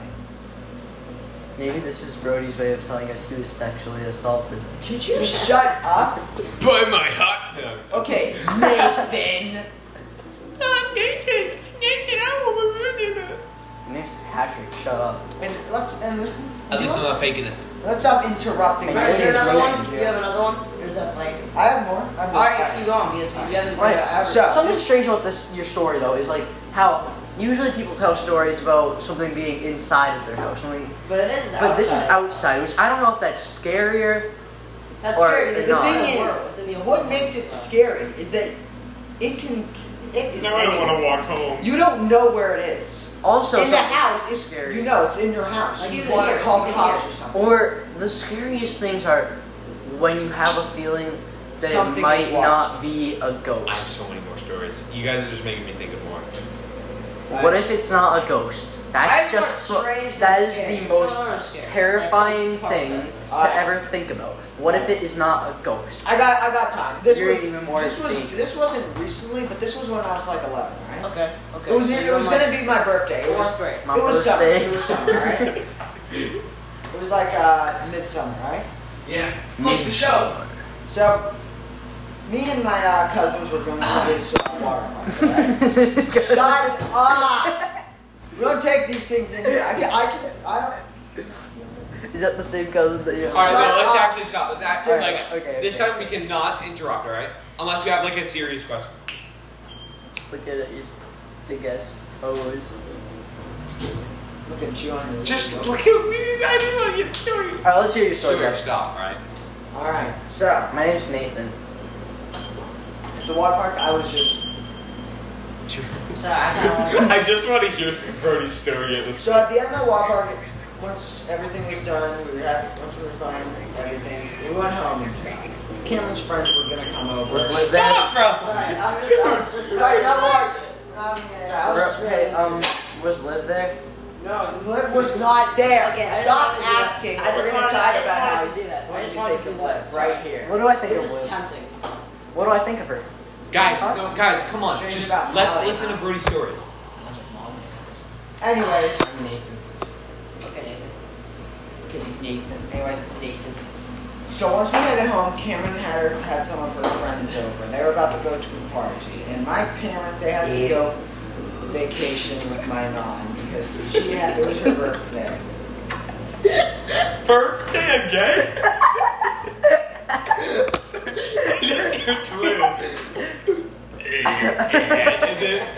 Speaker 2: Maybe this is Brody's way of telling us he was sexually assaulted.
Speaker 4: Could you shut up?
Speaker 1: By my hot dog.
Speaker 4: Okay, Nathan.
Speaker 2: My name's Patrick, shut up.
Speaker 4: And let's and
Speaker 1: At least I'm not faking it.
Speaker 4: let's stop interrupting.
Speaker 2: Hey,
Speaker 6: Alright, is there
Speaker 4: Nathan's
Speaker 6: another one?
Speaker 4: broken
Speaker 6: Do you
Speaker 4: here.
Speaker 6: have another one? Or is that like.
Speaker 4: I have more. I have more.
Speaker 6: Alright, keep going because we haven't.
Speaker 2: Right,
Speaker 6: yeah,
Speaker 4: so-
Speaker 2: Something strange about this your story though is like how usually people tell stories about something being inside of their house, something,
Speaker 6: But it is
Speaker 2: but this is
Speaker 6: outside.
Speaker 2: outside, which I don't know if that's scarier.
Speaker 6: That's
Speaker 2: or
Speaker 6: scary. because
Speaker 2: The
Speaker 6: it's
Speaker 4: thing
Speaker 6: in the
Speaker 4: is,
Speaker 6: world. It's in the
Speaker 4: What
Speaker 6: world.
Speaker 4: makes it scary is that it can. It is
Speaker 7: Now I don't want
Speaker 4: anywhere.
Speaker 7: to walk home.
Speaker 4: You don't know where it is.
Speaker 2: Also,
Speaker 4: in the
Speaker 2: some-
Speaker 4: house, it's
Speaker 2: scary.
Speaker 4: You know, it's in your house.
Speaker 6: Like, you
Speaker 4: you
Speaker 6: can
Speaker 4: want
Speaker 6: hear
Speaker 4: to
Speaker 6: it,
Speaker 4: call
Speaker 6: you
Speaker 4: the
Speaker 6: can
Speaker 4: cops
Speaker 6: hear it.
Speaker 4: or something.
Speaker 2: Or the scariest things are when you have a feeling that
Speaker 4: Something
Speaker 2: it
Speaker 4: is
Speaker 2: might not
Speaker 4: watching.
Speaker 2: be a
Speaker 1: I have
Speaker 2: ghost.
Speaker 1: so many more stories. You guys are just making me think of more.
Speaker 2: What if it's not a ghost?
Speaker 6: I
Speaker 2: That's
Speaker 6: think
Speaker 2: just
Speaker 6: what's
Speaker 2: so-
Speaker 6: strange
Speaker 2: that
Speaker 6: and
Speaker 2: is
Speaker 6: scary.
Speaker 2: the
Speaker 6: It's not really
Speaker 2: most
Speaker 6: scary.
Speaker 2: terrifying
Speaker 6: It's not
Speaker 2: thing
Speaker 6: scary.
Speaker 2: to
Speaker 4: Alright.
Speaker 2: ever think about. What if it is not a ghost?
Speaker 4: I got, I got time. This
Speaker 2: You're
Speaker 4: was,
Speaker 2: even more
Speaker 4: this was,
Speaker 2: dangerous.
Speaker 4: this wasn't recently, but this was when I was like 11, right?
Speaker 6: Okay, okay.
Speaker 4: It was,
Speaker 6: so
Speaker 4: it
Speaker 6: you're
Speaker 4: was
Speaker 6: like
Speaker 4: gonna be my birthday. It was,
Speaker 6: fourth grade.
Speaker 2: My
Speaker 4: it was summer.
Speaker 2: birthday.
Speaker 4: It was summer, right? it was like uh, midsummer, right?
Speaker 8: Yeah.
Speaker 4: Make the show. So, me and my uh, cousins were going
Speaker 6: Ah.
Speaker 4: to this uh, water park. Right? Shut up! We don't take these things in here. I can, I can, I don't.
Speaker 2: Is that the same cousin that you
Speaker 1: All right,
Speaker 4: Shut
Speaker 1: no, let's
Speaker 4: up.
Speaker 1: actually stop. Let's actually
Speaker 2: Alright,
Speaker 1: like
Speaker 2: okay,
Speaker 1: this
Speaker 2: okay.
Speaker 1: time we cannot interrupt. All right, unless you have like a serious question.
Speaker 2: Look at your big ass toes.
Speaker 4: Look at you on your
Speaker 1: Just look at we did I didn't want to get serious.
Speaker 2: Alright, let's hear your story.
Speaker 1: Sure,
Speaker 2: guys.
Speaker 1: stop. All right.
Speaker 4: All right. So
Speaker 2: My name's Nathan.
Speaker 4: at the water park, I was just.
Speaker 6: So I kind of want
Speaker 7: I just want to hear Brody's story at this
Speaker 4: So at the end of the water park, once everything was done, we were happy. Once we were fine, everything. We went home and stuff. Cameron's friends were gonna come over.
Speaker 2: Was that
Speaker 6: Sorry, I was just, I was just.
Speaker 4: Sorry, not water. Um, yeah.
Speaker 6: Sorry, I was
Speaker 2: Bro, hey, um was Liv there?
Speaker 4: No, Liv was not there.
Speaker 6: Okay, I just
Speaker 4: Stop
Speaker 6: wanted to do that.
Speaker 4: asking.
Speaker 6: I
Speaker 4: We're
Speaker 6: just
Speaker 4: gonna
Speaker 6: wanted-
Speaker 4: talk
Speaker 6: I just
Speaker 4: about
Speaker 6: wanted
Speaker 4: how
Speaker 6: to do that. I
Speaker 4: what
Speaker 6: just
Speaker 4: you
Speaker 6: wanted
Speaker 4: think
Speaker 6: to
Speaker 4: of
Speaker 6: do that.
Speaker 4: Liv
Speaker 6: Sorry.
Speaker 4: right here.
Speaker 2: What do I think
Speaker 6: It
Speaker 2: of
Speaker 6: was
Speaker 2: Liv?
Speaker 6: tempting.
Speaker 2: What do I think of her?
Speaker 1: Guys, no, guys, come on.
Speaker 4: Strange
Speaker 1: Just
Speaker 4: about
Speaker 1: let's
Speaker 4: Molly.
Speaker 1: listen to Brody's story.
Speaker 4: Anyways,
Speaker 2: I'm Nathan.
Speaker 6: Okay, Nathan.
Speaker 2: Nathan.
Speaker 4: anyways.
Speaker 6: Nathan.
Speaker 4: So once we headed home, Cameron had her, had some of her friends over. They were about to go to a party, and my parents they had to go vacation with my mom because she had it was her birthday.
Speaker 7: birthday again. I just hear Drew. and then,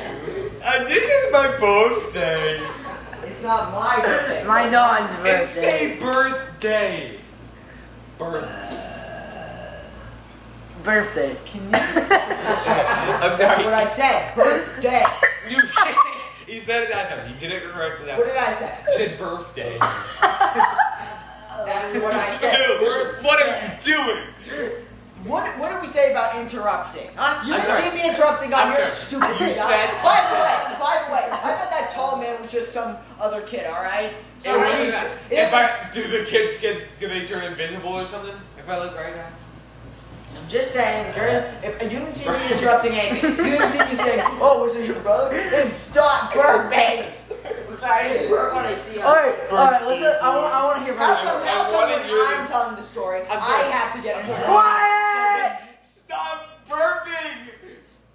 Speaker 7: "Uh, this is my birthday.
Speaker 4: It's not my birthday.
Speaker 2: My Dawn's
Speaker 1: It's a
Speaker 2: birthday.
Speaker 1: birthday. Birth.
Speaker 2: Birthday.
Speaker 4: Can you? That's
Speaker 1: I'm
Speaker 4: what
Speaker 1: sorry.
Speaker 4: I said. Birthday.
Speaker 1: You. he said it that time. You did it correctly. That
Speaker 4: What
Speaker 1: time.
Speaker 4: did I say?
Speaker 1: You said birthday.
Speaker 4: That's what I
Speaker 7: Drew,
Speaker 4: said.
Speaker 7: what are you doing?
Speaker 4: What What did we say about interrupting? Huh? You
Speaker 1: I'm
Speaker 4: didn't
Speaker 1: sorry.
Speaker 4: see me interrupting on
Speaker 1: I'm
Speaker 4: your
Speaker 1: sorry.
Speaker 4: stupid.
Speaker 1: You
Speaker 4: stuff.
Speaker 1: said-
Speaker 4: By the way, by the way, I bet that tall man was just some other kid. All right.
Speaker 1: It
Speaker 4: So
Speaker 1: was-
Speaker 4: Jesus.
Speaker 1: if I do the kids get do they turn invisible or something? If I look right at
Speaker 4: Just saying, girl, if you didn't see me interrupting anything, you didn't see me saying, oh, was it your brother? Then stop birthdays.
Speaker 6: I'm sorry, I didn't work when I see you.
Speaker 2: Alright, alright, listen, I want I wanna hear
Speaker 4: How
Speaker 2: about
Speaker 4: come,
Speaker 2: story.
Speaker 4: how come
Speaker 1: What
Speaker 4: when
Speaker 1: did you-
Speaker 4: I'm telling the story,
Speaker 1: I'm
Speaker 4: I
Speaker 1: sorry.
Speaker 4: have to get involved?
Speaker 2: Quiet!
Speaker 1: Stop burping!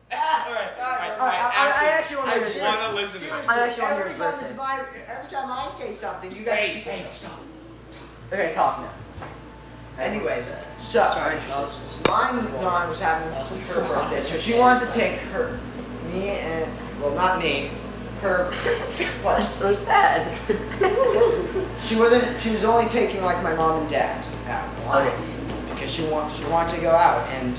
Speaker 1: Alright,
Speaker 6: sorry,
Speaker 1: I,
Speaker 6: bro.
Speaker 2: I, I, I actually want
Speaker 1: I
Speaker 2: to hear
Speaker 1: just
Speaker 2: this.
Speaker 1: want to listen to
Speaker 4: Seriously,
Speaker 1: this.
Speaker 2: I actually wanna hear
Speaker 4: every
Speaker 2: his
Speaker 4: time
Speaker 2: birthday.
Speaker 4: it's my, every time I say something, you guys.
Speaker 1: hey, stop.
Speaker 2: Okay, talk now.
Speaker 4: Anyways, so my mom was having her birthday, so she wanted to take her, me and well, not me, her. What?
Speaker 2: That's so sad.
Speaker 4: She wasn't. She was only taking like my mom and dad out. Why?
Speaker 2: Okay.
Speaker 4: Because she wanted she wanted to go out, and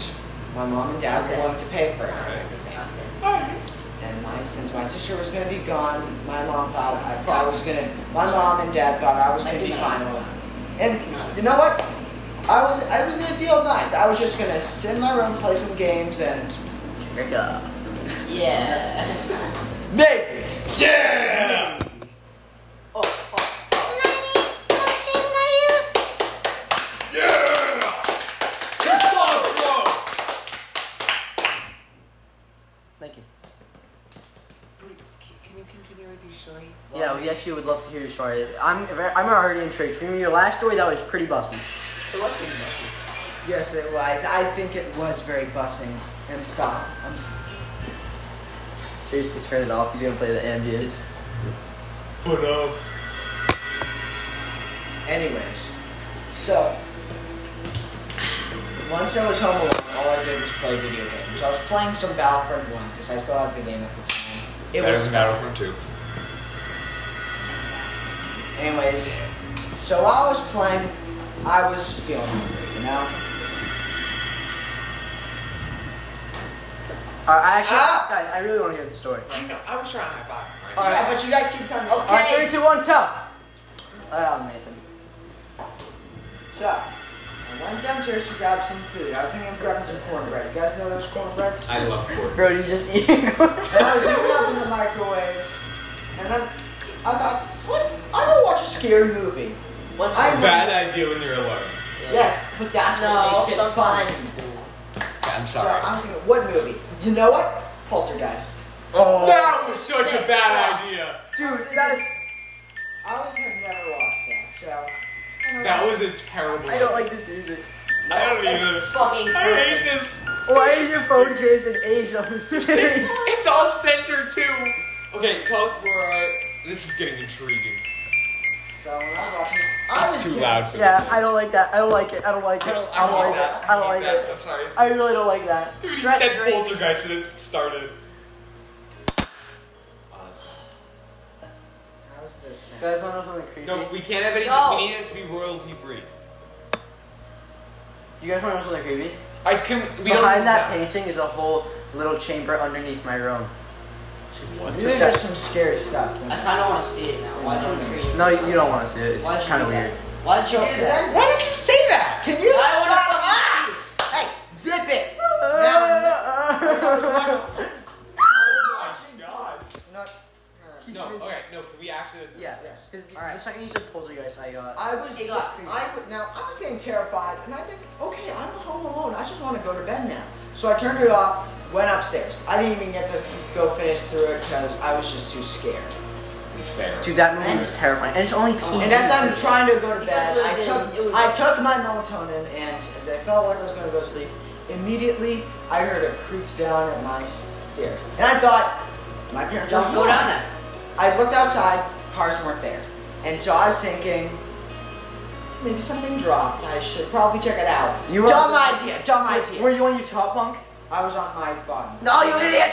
Speaker 4: my mom and dad
Speaker 2: Okay.
Speaker 4: were willing to pay for it. and everything. And my since my sister was gonna be gone, my mom thought I, I was gonna. My mom and dad thought I was
Speaker 6: I
Speaker 4: gonna
Speaker 6: do
Speaker 4: be
Speaker 6: not.
Speaker 4: fine alone. And you know what? I was I was gonna feel nice. I was just gonna sit in my room, play some games, and
Speaker 2: Break up.
Speaker 6: Yeah.
Speaker 4: maybe.
Speaker 7: Yeah.
Speaker 2: Thank you.
Speaker 1: Can you continue with your story?
Speaker 4: actually.
Speaker 2: Yeah, we actually would love to hear your story. I'm ver- I'm already intrigued. From your last story, that was pretty busty.
Speaker 9: It was pretty messy.
Speaker 4: Yes, it was. I think it was very bussing and stop. Um,
Speaker 2: Seriously, turn it off. He's gonna play the ambience.
Speaker 8: Foot up.
Speaker 4: anyways, so once I was home alone, all I did was play video games. I was playing some Battlefront One because I still had the game at the time. It
Speaker 1: Better
Speaker 4: was
Speaker 1: than Battlefront 2.
Speaker 4: Anyways, so while I was playing, I was feeling hungry, you know?
Speaker 2: Uh, I actually,
Speaker 4: Ah!
Speaker 2: guys, I really want to hear the story.
Speaker 1: I know, I was trying to high five.
Speaker 2: All
Speaker 4: Yeah,
Speaker 2: right,
Speaker 4: but you guys keep coming.
Speaker 2: all right,
Speaker 6: Okay.
Speaker 2: three, two, one, tell. Ah, Nathan.
Speaker 4: So, I went downstairs to grab some food. I was thinking of grabbing some cornbread. You guys know those cornbreads?
Speaker 1: I love pork.
Speaker 2: Brody's just eating.
Speaker 4: And I was heating up in the microwave. And then I thought, what? I'm gonna watch a scary movie.
Speaker 9: What's
Speaker 4: I-
Speaker 1: Bad idea when you're alone.
Speaker 4: Yes, but that's
Speaker 6: No,
Speaker 4: what makes it fun.
Speaker 6: sometimes-
Speaker 1: I'm
Speaker 4: So
Speaker 1: sorry.
Speaker 4: I was thinking, what movie? You know what? Poltergeist.
Speaker 2: oh,
Speaker 1: that was such a bad idea.
Speaker 2: dude, that's.
Speaker 4: I always have never watched that, so.
Speaker 1: That was a terrible.
Speaker 2: I don't like this music.
Speaker 1: I don't
Speaker 6: It's
Speaker 1: either.
Speaker 6: fucking
Speaker 1: I hate
Speaker 6: perfect.
Speaker 1: this.
Speaker 2: Why is your phone case in Asia? on the side?
Speaker 1: It's off center too. Okay, tell us where I. This is getting intriguing.
Speaker 4: So when I was watching, I
Speaker 1: That's
Speaker 4: was
Speaker 1: too
Speaker 4: getting-
Speaker 1: loud. For
Speaker 2: yeah, I don't like that. I don't like it. I don't like it.
Speaker 1: I don't,
Speaker 2: I don't like
Speaker 1: that.
Speaker 2: it. I don't like
Speaker 1: that.
Speaker 2: it.
Speaker 1: I'm sorry.
Speaker 2: I really don't like that.
Speaker 1: That
Speaker 6: Stress
Speaker 1: said
Speaker 6: drink.
Speaker 1: poltergeist and it started.
Speaker 4: How's this?
Speaker 2: You guys want to know something creepy?
Speaker 1: No, we can't have anything.
Speaker 6: No.
Speaker 1: We need it to be royalty free.
Speaker 2: you guys want to know something creepy?
Speaker 1: I can. We don't
Speaker 2: Behind
Speaker 1: need
Speaker 2: that painting is a whole little chamber underneath my room.
Speaker 4: These are some scary stuff.
Speaker 9: I kind of want to see it now. Why'd you intrigue me?
Speaker 2: No, you you don't want to see it. It's
Speaker 9: Why'd you
Speaker 2: kind of
Speaker 9: do
Speaker 2: weird.
Speaker 9: that? Why'd you do that?
Speaker 1: Why did you say that?
Speaker 4: Can you
Speaker 9: I wanna
Speaker 4: shut
Speaker 9: fucking
Speaker 4: up?
Speaker 9: see it.
Speaker 4: Hey, zip it.
Speaker 1: Oh my gosh. No, okay, no, so we actually.
Speaker 2: yeah.
Speaker 4: uh, Yes.
Speaker 2: Because the
Speaker 4: Alright.
Speaker 2: second you said poltergeist, I uh, got.
Speaker 4: I was
Speaker 6: It got creepy.
Speaker 4: I w- now I was getting terrified, and I think, okay, I'm home alone. I just want to go to bed now. So I turned it off, went upstairs. I didn't even get to go finish through it because I was just too scared.
Speaker 1: It's fair.
Speaker 2: Dude, that movie is terrifying, and it's only PG.
Speaker 4: And as I'm trying to go to bed, I
Speaker 6: Because it was in- it
Speaker 4: took
Speaker 6: was-
Speaker 4: I took my melatonin, and as I felt like I was going to go to sleep, immediately I heard a creep down at my stairs, and I thought my parents
Speaker 9: Don't
Speaker 4: are
Speaker 9: go
Speaker 4: home.
Speaker 9: down there.
Speaker 4: I looked outside, cars weren't there. And so I was thinking, maybe something dropped. I should probably check it out.
Speaker 2: You were-
Speaker 4: dumb idea, dumb idea.
Speaker 2: Were you on your top bunk?
Speaker 4: I was on my bottom.
Speaker 2: No, you idiot!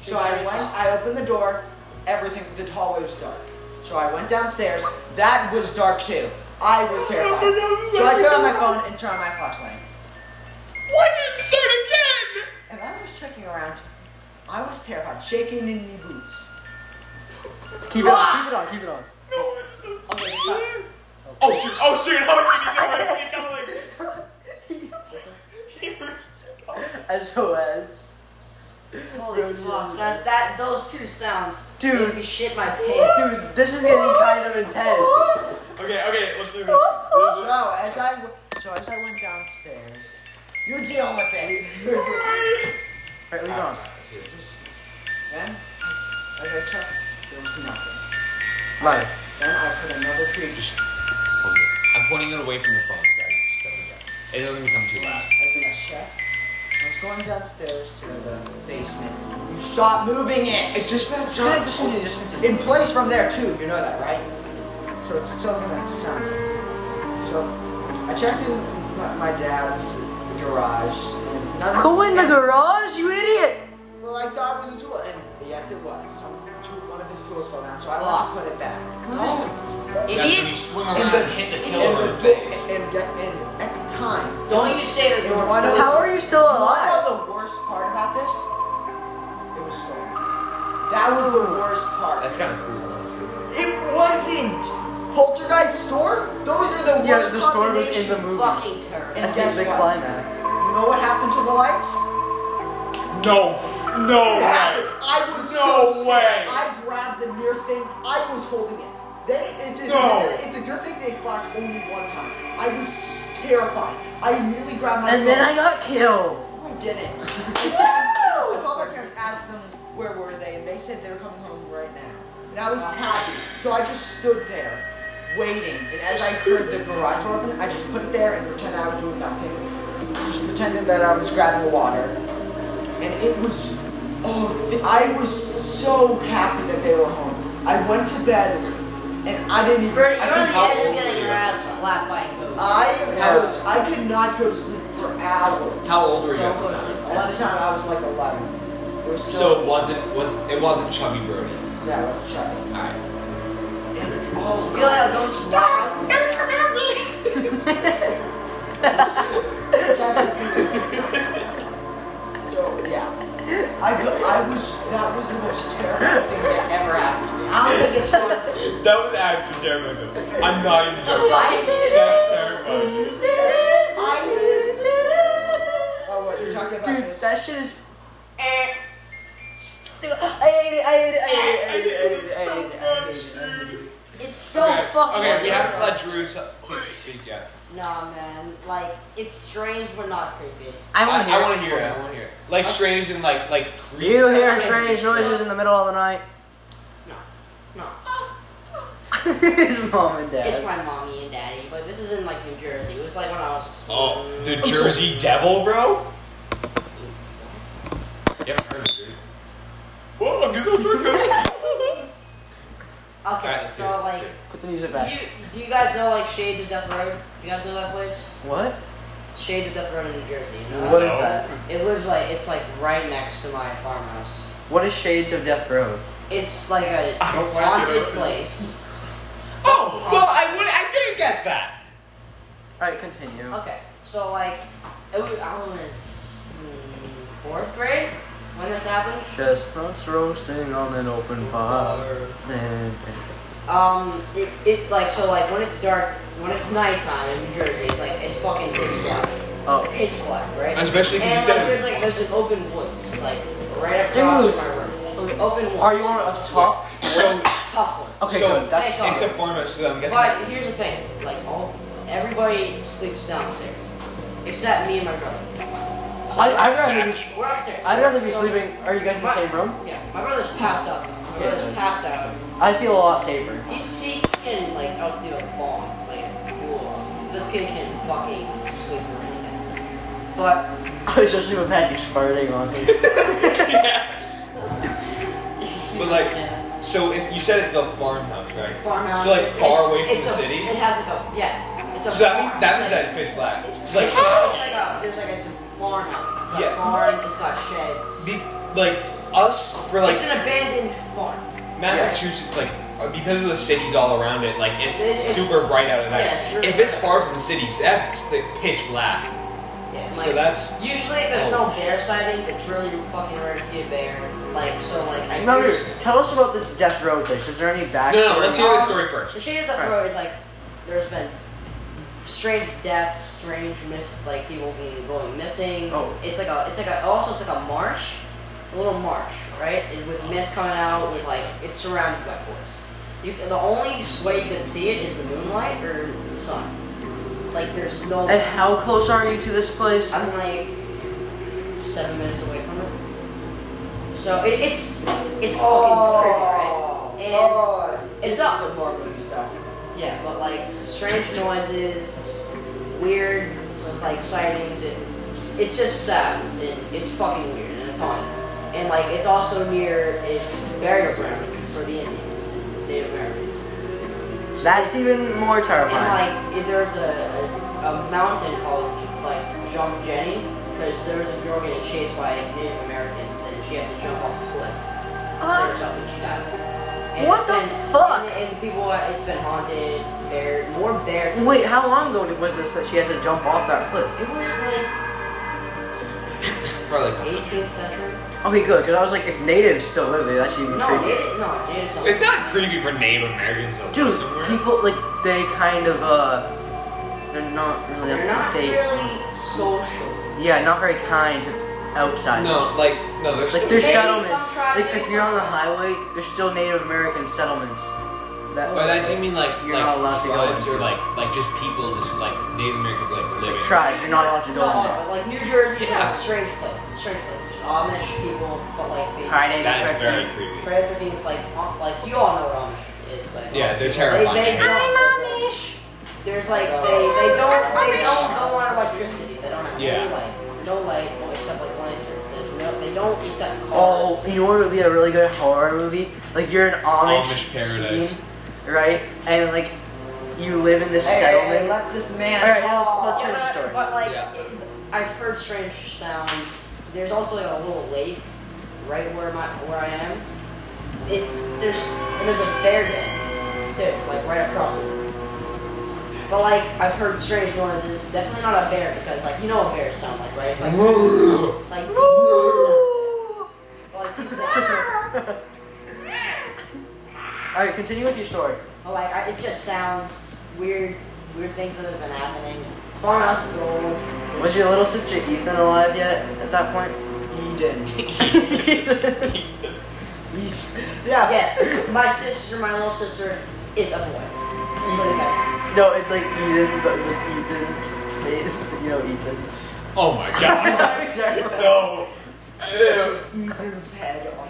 Speaker 4: So I went, I opened the door, everything, the hallway was dark. So I went downstairs, that was dark too. I was terrified. So I took out my phone and turned on my flashlight.
Speaker 1: Why did it start again?
Speaker 4: And I was checking around. I was terrified, shaking in my boots.
Speaker 2: Keep it on. Keep it on. Keep it on.
Speaker 1: No, it's so Oh shoot! Oh shoot! Oh shoot! You know where it's going.
Speaker 2: SOS.
Speaker 6: Holy fuck, that, that, those two sounds
Speaker 2: Dude.
Speaker 6: made me shit my pants.
Speaker 2: Dude, this is getting kind of intense.
Speaker 1: Okay, okay, let's do it.
Speaker 4: So as I, w- so as I went downstairs, you're dealing with it.
Speaker 2: Alright, leave it on.
Speaker 4: then, as I checked, there was nothing.
Speaker 2: Love it.
Speaker 4: Then I put another creep.
Speaker 1: I'm pointing it away from the phones, guys. Just doesn't get. It doesn't become too loud.
Speaker 4: As I checked, I was going downstairs to the basement. You stop moving it.
Speaker 1: It's just that
Speaker 2: Just continue, just continue.
Speaker 4: in place from there too. You know that, right? So it's something that sounds. So I checked in my, my dad's garage. And none of-
Speaker 2: Go in the garage, you idiot!
Speaker 4: Well, I thought it was a tool, and yes, it was. Some tool, one of his tools fell down, so I want to put it back.
Speaker 6: Don't. Idiots.
Speaker 1: Swim
Speaker 4: And
Speaker 1: around
Speaker 4: the-
Speaker 1: and hit the
Speaker 4: And,
Speaker 1: killer in the
Speaker 4: the-
Speaker 1: face.
Speaker 4: and, get- and at the time,
Speaker 6: Don't you say the
Speaker 4: And
Speaker 6: door.
Speaker 4: one of-
Speaker 2: How are you still
Speaker 4: You
Speaker 2: alive?
Speaker 4: know the worst part about this? It was stolen. That was the worst part.
Speaker 1: That's kind of cool.
Speaker 4: It wasn't! Poltergeist store? Those are the
Speaker 2: Yeah,
Speaker 4: worst
Speaker 2: the store was in the
Speaker 4: combinations.
Speaker 2: movie.
Speaker 6: Fucking terrible.
Speaker 4: And guess
Speaker 2: the
Speaker 4: what?
Speaker 2: climax.
Speaker 4: You know what happened to the lights?
Speaker 1: No, no
Speaker 4: It happened.
Speaker 1: way.
Speaker 4: I was
Speaker 1: No
Speaker 4: so
Speaker 1: way.
Speaker 4: scared. I grabbed the nearest thing. I was holding it. They, it's, it's,
Speaker 1: No.
Speaker 4: it's a good thing they flashed only one time. I was terrified. I nearly grabbed my
Speaker 2: And then
Speaker 4: phone.
Speaker 2: I got killed.
Speaker 4: I didn't. I called my parents, asked them where were they, and they said they're coming home right now. And and I was happy. So I just stood there, waiting. And as I heard the garage open, I just put it there and pretended I was doing nothing. Just pretending that I was grabbing water. And it was, oh, th- I was so happy that they were home. I went to bed, and I didn't even.
Speaker 3: Bert, you
Speaker 4: I
Speaker 3: really
Speaker 4: couldn't-
Speaker 3: should have getting your ass flat by a goat.
Speaker 4: I
Speaker 1: How old?
Speaker 4: I could not go to sleep for hours.
Speaker 1: How old were you?
Speaker 3: Don't go to
Speaker 1: at the
Speaker 3: sleep.
Speaker 1: time?
Speaker 4: At the time, I was like 11. It was
Speaker 1: So it wasn't was it wasn't chubby Brody.
Speaker 4: Yeah, it was Chuck.
Speaker 1: All right.
Speaker 4: Oh,
Speaker 3: Feel like a goat. Stop! Don't come at me!
Speaker 4: so yeah, I, go- I was that was the most terrifying thing that ever happened to me. I don't think it's fun.
Speaker 1: That was actually terrifying. I'm not even joking. That's terrifying.
Speaker 4: Oh, what you're talking about?
Speaker 2: Dude,
Speaker 4: this?
Speaker 2: that shit is. Stu- I hate it, I hate it, I hate it, I hate it, I hate it, I hate it, I hate it.
Speaker 3: It's so fucking
Speaker 1: okay, we
Speaker 3: weird.
Speaker 1: haven't let Drew s- speak yet.
Speaker 3: Nah, man. Like, it's strange but not creepy.
Speaker 2: I
Speaker 1: I,
Speaker 2: want to hear.
Speaker 1: want to hear it. I want to hear it. Like strange and like like
Speaker 2: Do
Speaker 1: creepy.
Speaker 2: You hear strange noises in the middle of the night.
Speaker 3: No. No.
Speaker 2: His mom and dad.
Speaker 3: It's my mommy and daddy, but this is in, like, New Jersey. It was, like, when I was...
Speaker 1: Oh, the Jersey Devil, bro. You haven't heard of it, dude. Whoa, I guess I'll drink this.
Speaker 3: Okay,
Speaker 1: Alright,
Speaker 3: so,
Speaker 1: serious,
Speaker 3: like...
Speaker 1: serious.
Speaker 2: Put the music
Speaker 3: You,
Speaker 2: back.
Speaker 3: do you guys know, like, Shades of Death Road? Do you guys know that place?
Speaker 2: What?
Speaker 3: Shades of Death Road in New Jersey. You know that?
Speaker 2: What is that?
Speaker 3: It lives, like, it's, like, right next to my farmhouse.
Speaker 2: What is Shades of Death Row?
Speaker 3: It's, like, a
Speaker 1: I don't like
Speaker 3: haunted
Speaker 1: it.
Speaker 3: place.
Speaker 1: Oh, well, I would. I didn't guess that.
Speaker 2: Alright, continue.
Speaker 3: Okay, so like, it was, I was hmm, fourth grade when this happened.
Speaker 2: Chestnuts roasting on an open fire. And-
Speaker 3: Um, it, it like so like when it's dark, when it's nighttime in New Jersey, it's like it's fucking pitch black,
Speaker 2: Oh.
Speaker 3: pitch black, right?
Speaker 1: Especially if you
Speaker 3: and
Speaker 1: said-
Speaker 3: like there's like there's an open woods like right across
Speaker 2: Dude.
Speaker 3: from my room. Open woods.
Speaker 2: Oh. Are you on a top?
Speaker 1: So,
Speaker 3: tough one?
Speaker 2: Okay,
Speaker 1: so
Speaker 2: good. That's
Speaker 3: Thank
Speaker 1: it's a form of. So I'm guessing.
Speaker 3: But here's the thing, like all everybody sleeps downstairs, except me and my brother.
Speaker 2: I, I'd rather be.
Speaker 3: We're upstairs.
Speaker 2: I'd rather be
Speaker 3: So-
Speaker 2: sleeping. Are you guys in the
Speaker 3: My-
Speaker 2: same room?
Speaker 3: Yeah, my brother's passed out. My
Speaker 2: Okay.
Speaker 3: brother's passed out.
Speaker 2: I feel a lot safer.
Speaker 3: He's seeking like out to a bomb, like cool. This kid can fucking sleep or anything. But
Speaker 2: I was just even Patrick farting on me.
Speaker 1: But like,
Speaker 3: Yeah.
Speaker 1: so if you said it's a farmhouse, right?
Speaker 3: farmhouse.
Speaker 1: So like
Speaker 3: it's-
Speaker 1: far
Speaker 3: it's-
Speaker 1: away from
Speaker 3: it's
Speaker 1: the
Speaker 3: a-
Speaker 1: city.
Speaker 3: It has like a yes. It's a
Speaker 1: So that means
Speaker 3: farm.
Speaker 1: that means that
Speaker 3: It's
Speaker 1: it's
Speaker 3: like-
Speaker 1: pitch black. It's like,
Speaker 3: It's like a it's like it's a farmhouse. It's got
Speaker 1: Yeah.
Speaker 3: barns. It's got sheds.
Speaker 1: be, like us for like
Speaker 3: it's an abandoned farm.
Speaker 1: Massachusetts, like uh, because of the cities all around it, like it's,
Speaker 3: It- it's-
Speaker 1: super bright out at night.
Speaker 3: yeah, it's really
Speaker 1: if it's
Speaker 3: bright.
Speaker 1: far from cities, that's the pitch black.
Speaker 3: Yeah, like,
Speaker 1: So Oh. that's-
Speaker 3: usually if there's no bear sightings. It's really fucking rare to see a bear. Like so, like I
Speaker 2: No,
Speaker 3: hear-
Speaker 2: dude, tell us about this death row thing. Is there any backstory?
Speaker 1: No, no, let's hear the
Speaker 3: Um,
Speaker 1: story first.
Speaker 3: The Shade of Death
Speaker 2: Right.
Speaker 3: Row is like there's been strange deaths, strange miss like people being going missing.
Speaker 2: Oh.
Speaker 3: It's like a it's like a also it's like a marsh, a little marsh, right? Is with mist coming out with like it's surrounded by forest. You the only way you can see it is the moonlight or the sun. Like there's no.
Speaker 2: And how close are you to this place?
Speaker 3: I'm like seven minutes away from it. So it, it's it's
Speaker 4: Oh,
Speaker 3: fucking scary, right? And
Speaker 4: God.
Speaker 3: it's
Speaker 4: this
Speaker 3: up.
Speaker 4: is some horror movie stuff.
Speaker 3: Yeah, but like strange noises, weird like sightings, and it's just sounds, and it's fucking weird, and it's haunted. And like it's also near a burial ground for the Indians, Native Americans. So
Speaker 2: That's
Speaker 3: it's-
Speaker 2: even more
Speaker 3: And
Speaker 2: terrifying.
Speaker 3: like if there's a, a, a mountain called like Jump Jenny, because there was a girl getting chased by Native Americans, and she had to jump off the cliff
Speaker 2: Uh,
Speaker 3: save herself and she died. And
Speaker 2: What
Speaker 3: it's
Speaker 2: the
Speaker 3: been-
Speaker 2: fuck?
Speaker 3: And, and people, it's been haunted. Bear, more bears.
Speaker 2: Wait, how long ago was this that she had to jump off that cliff?
Speaker 3: It was like
Speaker 1: Probably. Like,
Speaker 3: 18th century.
Speaker 2: Okay, good, because I was like, if natives still live there, that's even
Speaker 3: No,
Speaker 2: creepy.
Speaker 3: native, no, natives don't.
Speaker 1: it's not creepy for Native Americans though.
Speaker 2: Dude,
Speaker 1: somewhere.
Speaker 2: people, like, they kind of, uh, they're not really
Speaker 3: They're
Speaker 2: up
Speaker 3: not
Speaker 2: to date.
Speaker 3: really social.
Speaker 2: Yeah, not very kind to outsiders.
Speaker 1: No, like no, there's
Speaker 2: Like,
Speaker 1: still-
Speaker 2: there's
Speaker 3: Maybe some
Speaker 2: settlements.
Speaker 3: tribes,
Speaker 2: Like,
Speaker 3: maybe
Speaker 2: if you're on
Speaker 3: some
Speaker 2: the
Speaker 3: tribes.
Speaker 2: highway, there's still Native American settlements. That,
Speaker 1: By that do you mean like
Speaker 2: You're
Speaker 1: like
Speaker 2: not allowed to go
Speaker 1: tribes
Speaker 2: in.
Speaker 1: or like like just people just like Native Americans like living?
Speaker 2: tribes, you're not allowed to
Speaker 3: No,
Speaker 2: go in there.
Speaker 3: but, like New Jersey is
Speaker 1: Yeah.
Speaker 3: a strange place. It's a strange place. There's Amish people, but like they.
Speaker 2: Alright, Nate,
Speaker 1: That is
Speaker 2: correct
Speaker 1: very
Speaker 2: me.
Speaker 1: creepy.
Speaker 3: Fred Fifteen's like um, like you all know what Amish is like.
Speaker 1: Yeah, they're
Speaker 3: They,
Speaker 1: terrifying.
Speaker 3: they don't,
Speaker 10: I'm Amish.
Speaker 3: There's like they, they don't they don't go on electricity. They don't have
Speaker 1: Yeah.
Speaker 3: any light, no light well, except like lanterns. There's no they don't accept cars.
Speaker 2: Oh, you know what would be a really good horror movie? Like you're an Amish,
Speaker 1: Amish paradise.
Speaker 2: teen, right? And like you live in this
Speaker 4: Hey, hey,
Speaker 2: settlement.
Speaker 4: let this man.
Speaker 2: All right,
Speaker 4: talk.
Speaker 2: let's-
Speaker 3: Yeah,
Speaker 2: Strange story.
Speaker 3: But like,
Speaker 1: Yeah.
Speaker 3: it- I've heard strange sounds. There's also like a little lake right where my where I am. It's there's and there's a bear den too, like right across it. But like I've heard strange noises. Definitely not a bear because like you know what bears sound like, right? It's like like deep sounds. But, like deep sounds.
Speaker 2: All right, continue with your story.
Speaker 3: But like I, it just sounds weird, weird things that have been happening. Farmhouse is old.
Speaker 2: Was your little sister Ethan alive yet at that point?
Speaker 4: Eden.
Speaker 3: Uh,
Speaker 4: Yeah.
Speaker 3: Yes, my sister, my little sister, is a boy. Just so you guys know.
Speaker 2: no, it's like Eden, but with Ethan's face. You know Ethan.
Speaker 1: Oh my god. no. Ew.
Speaker 4: Just Eden's head on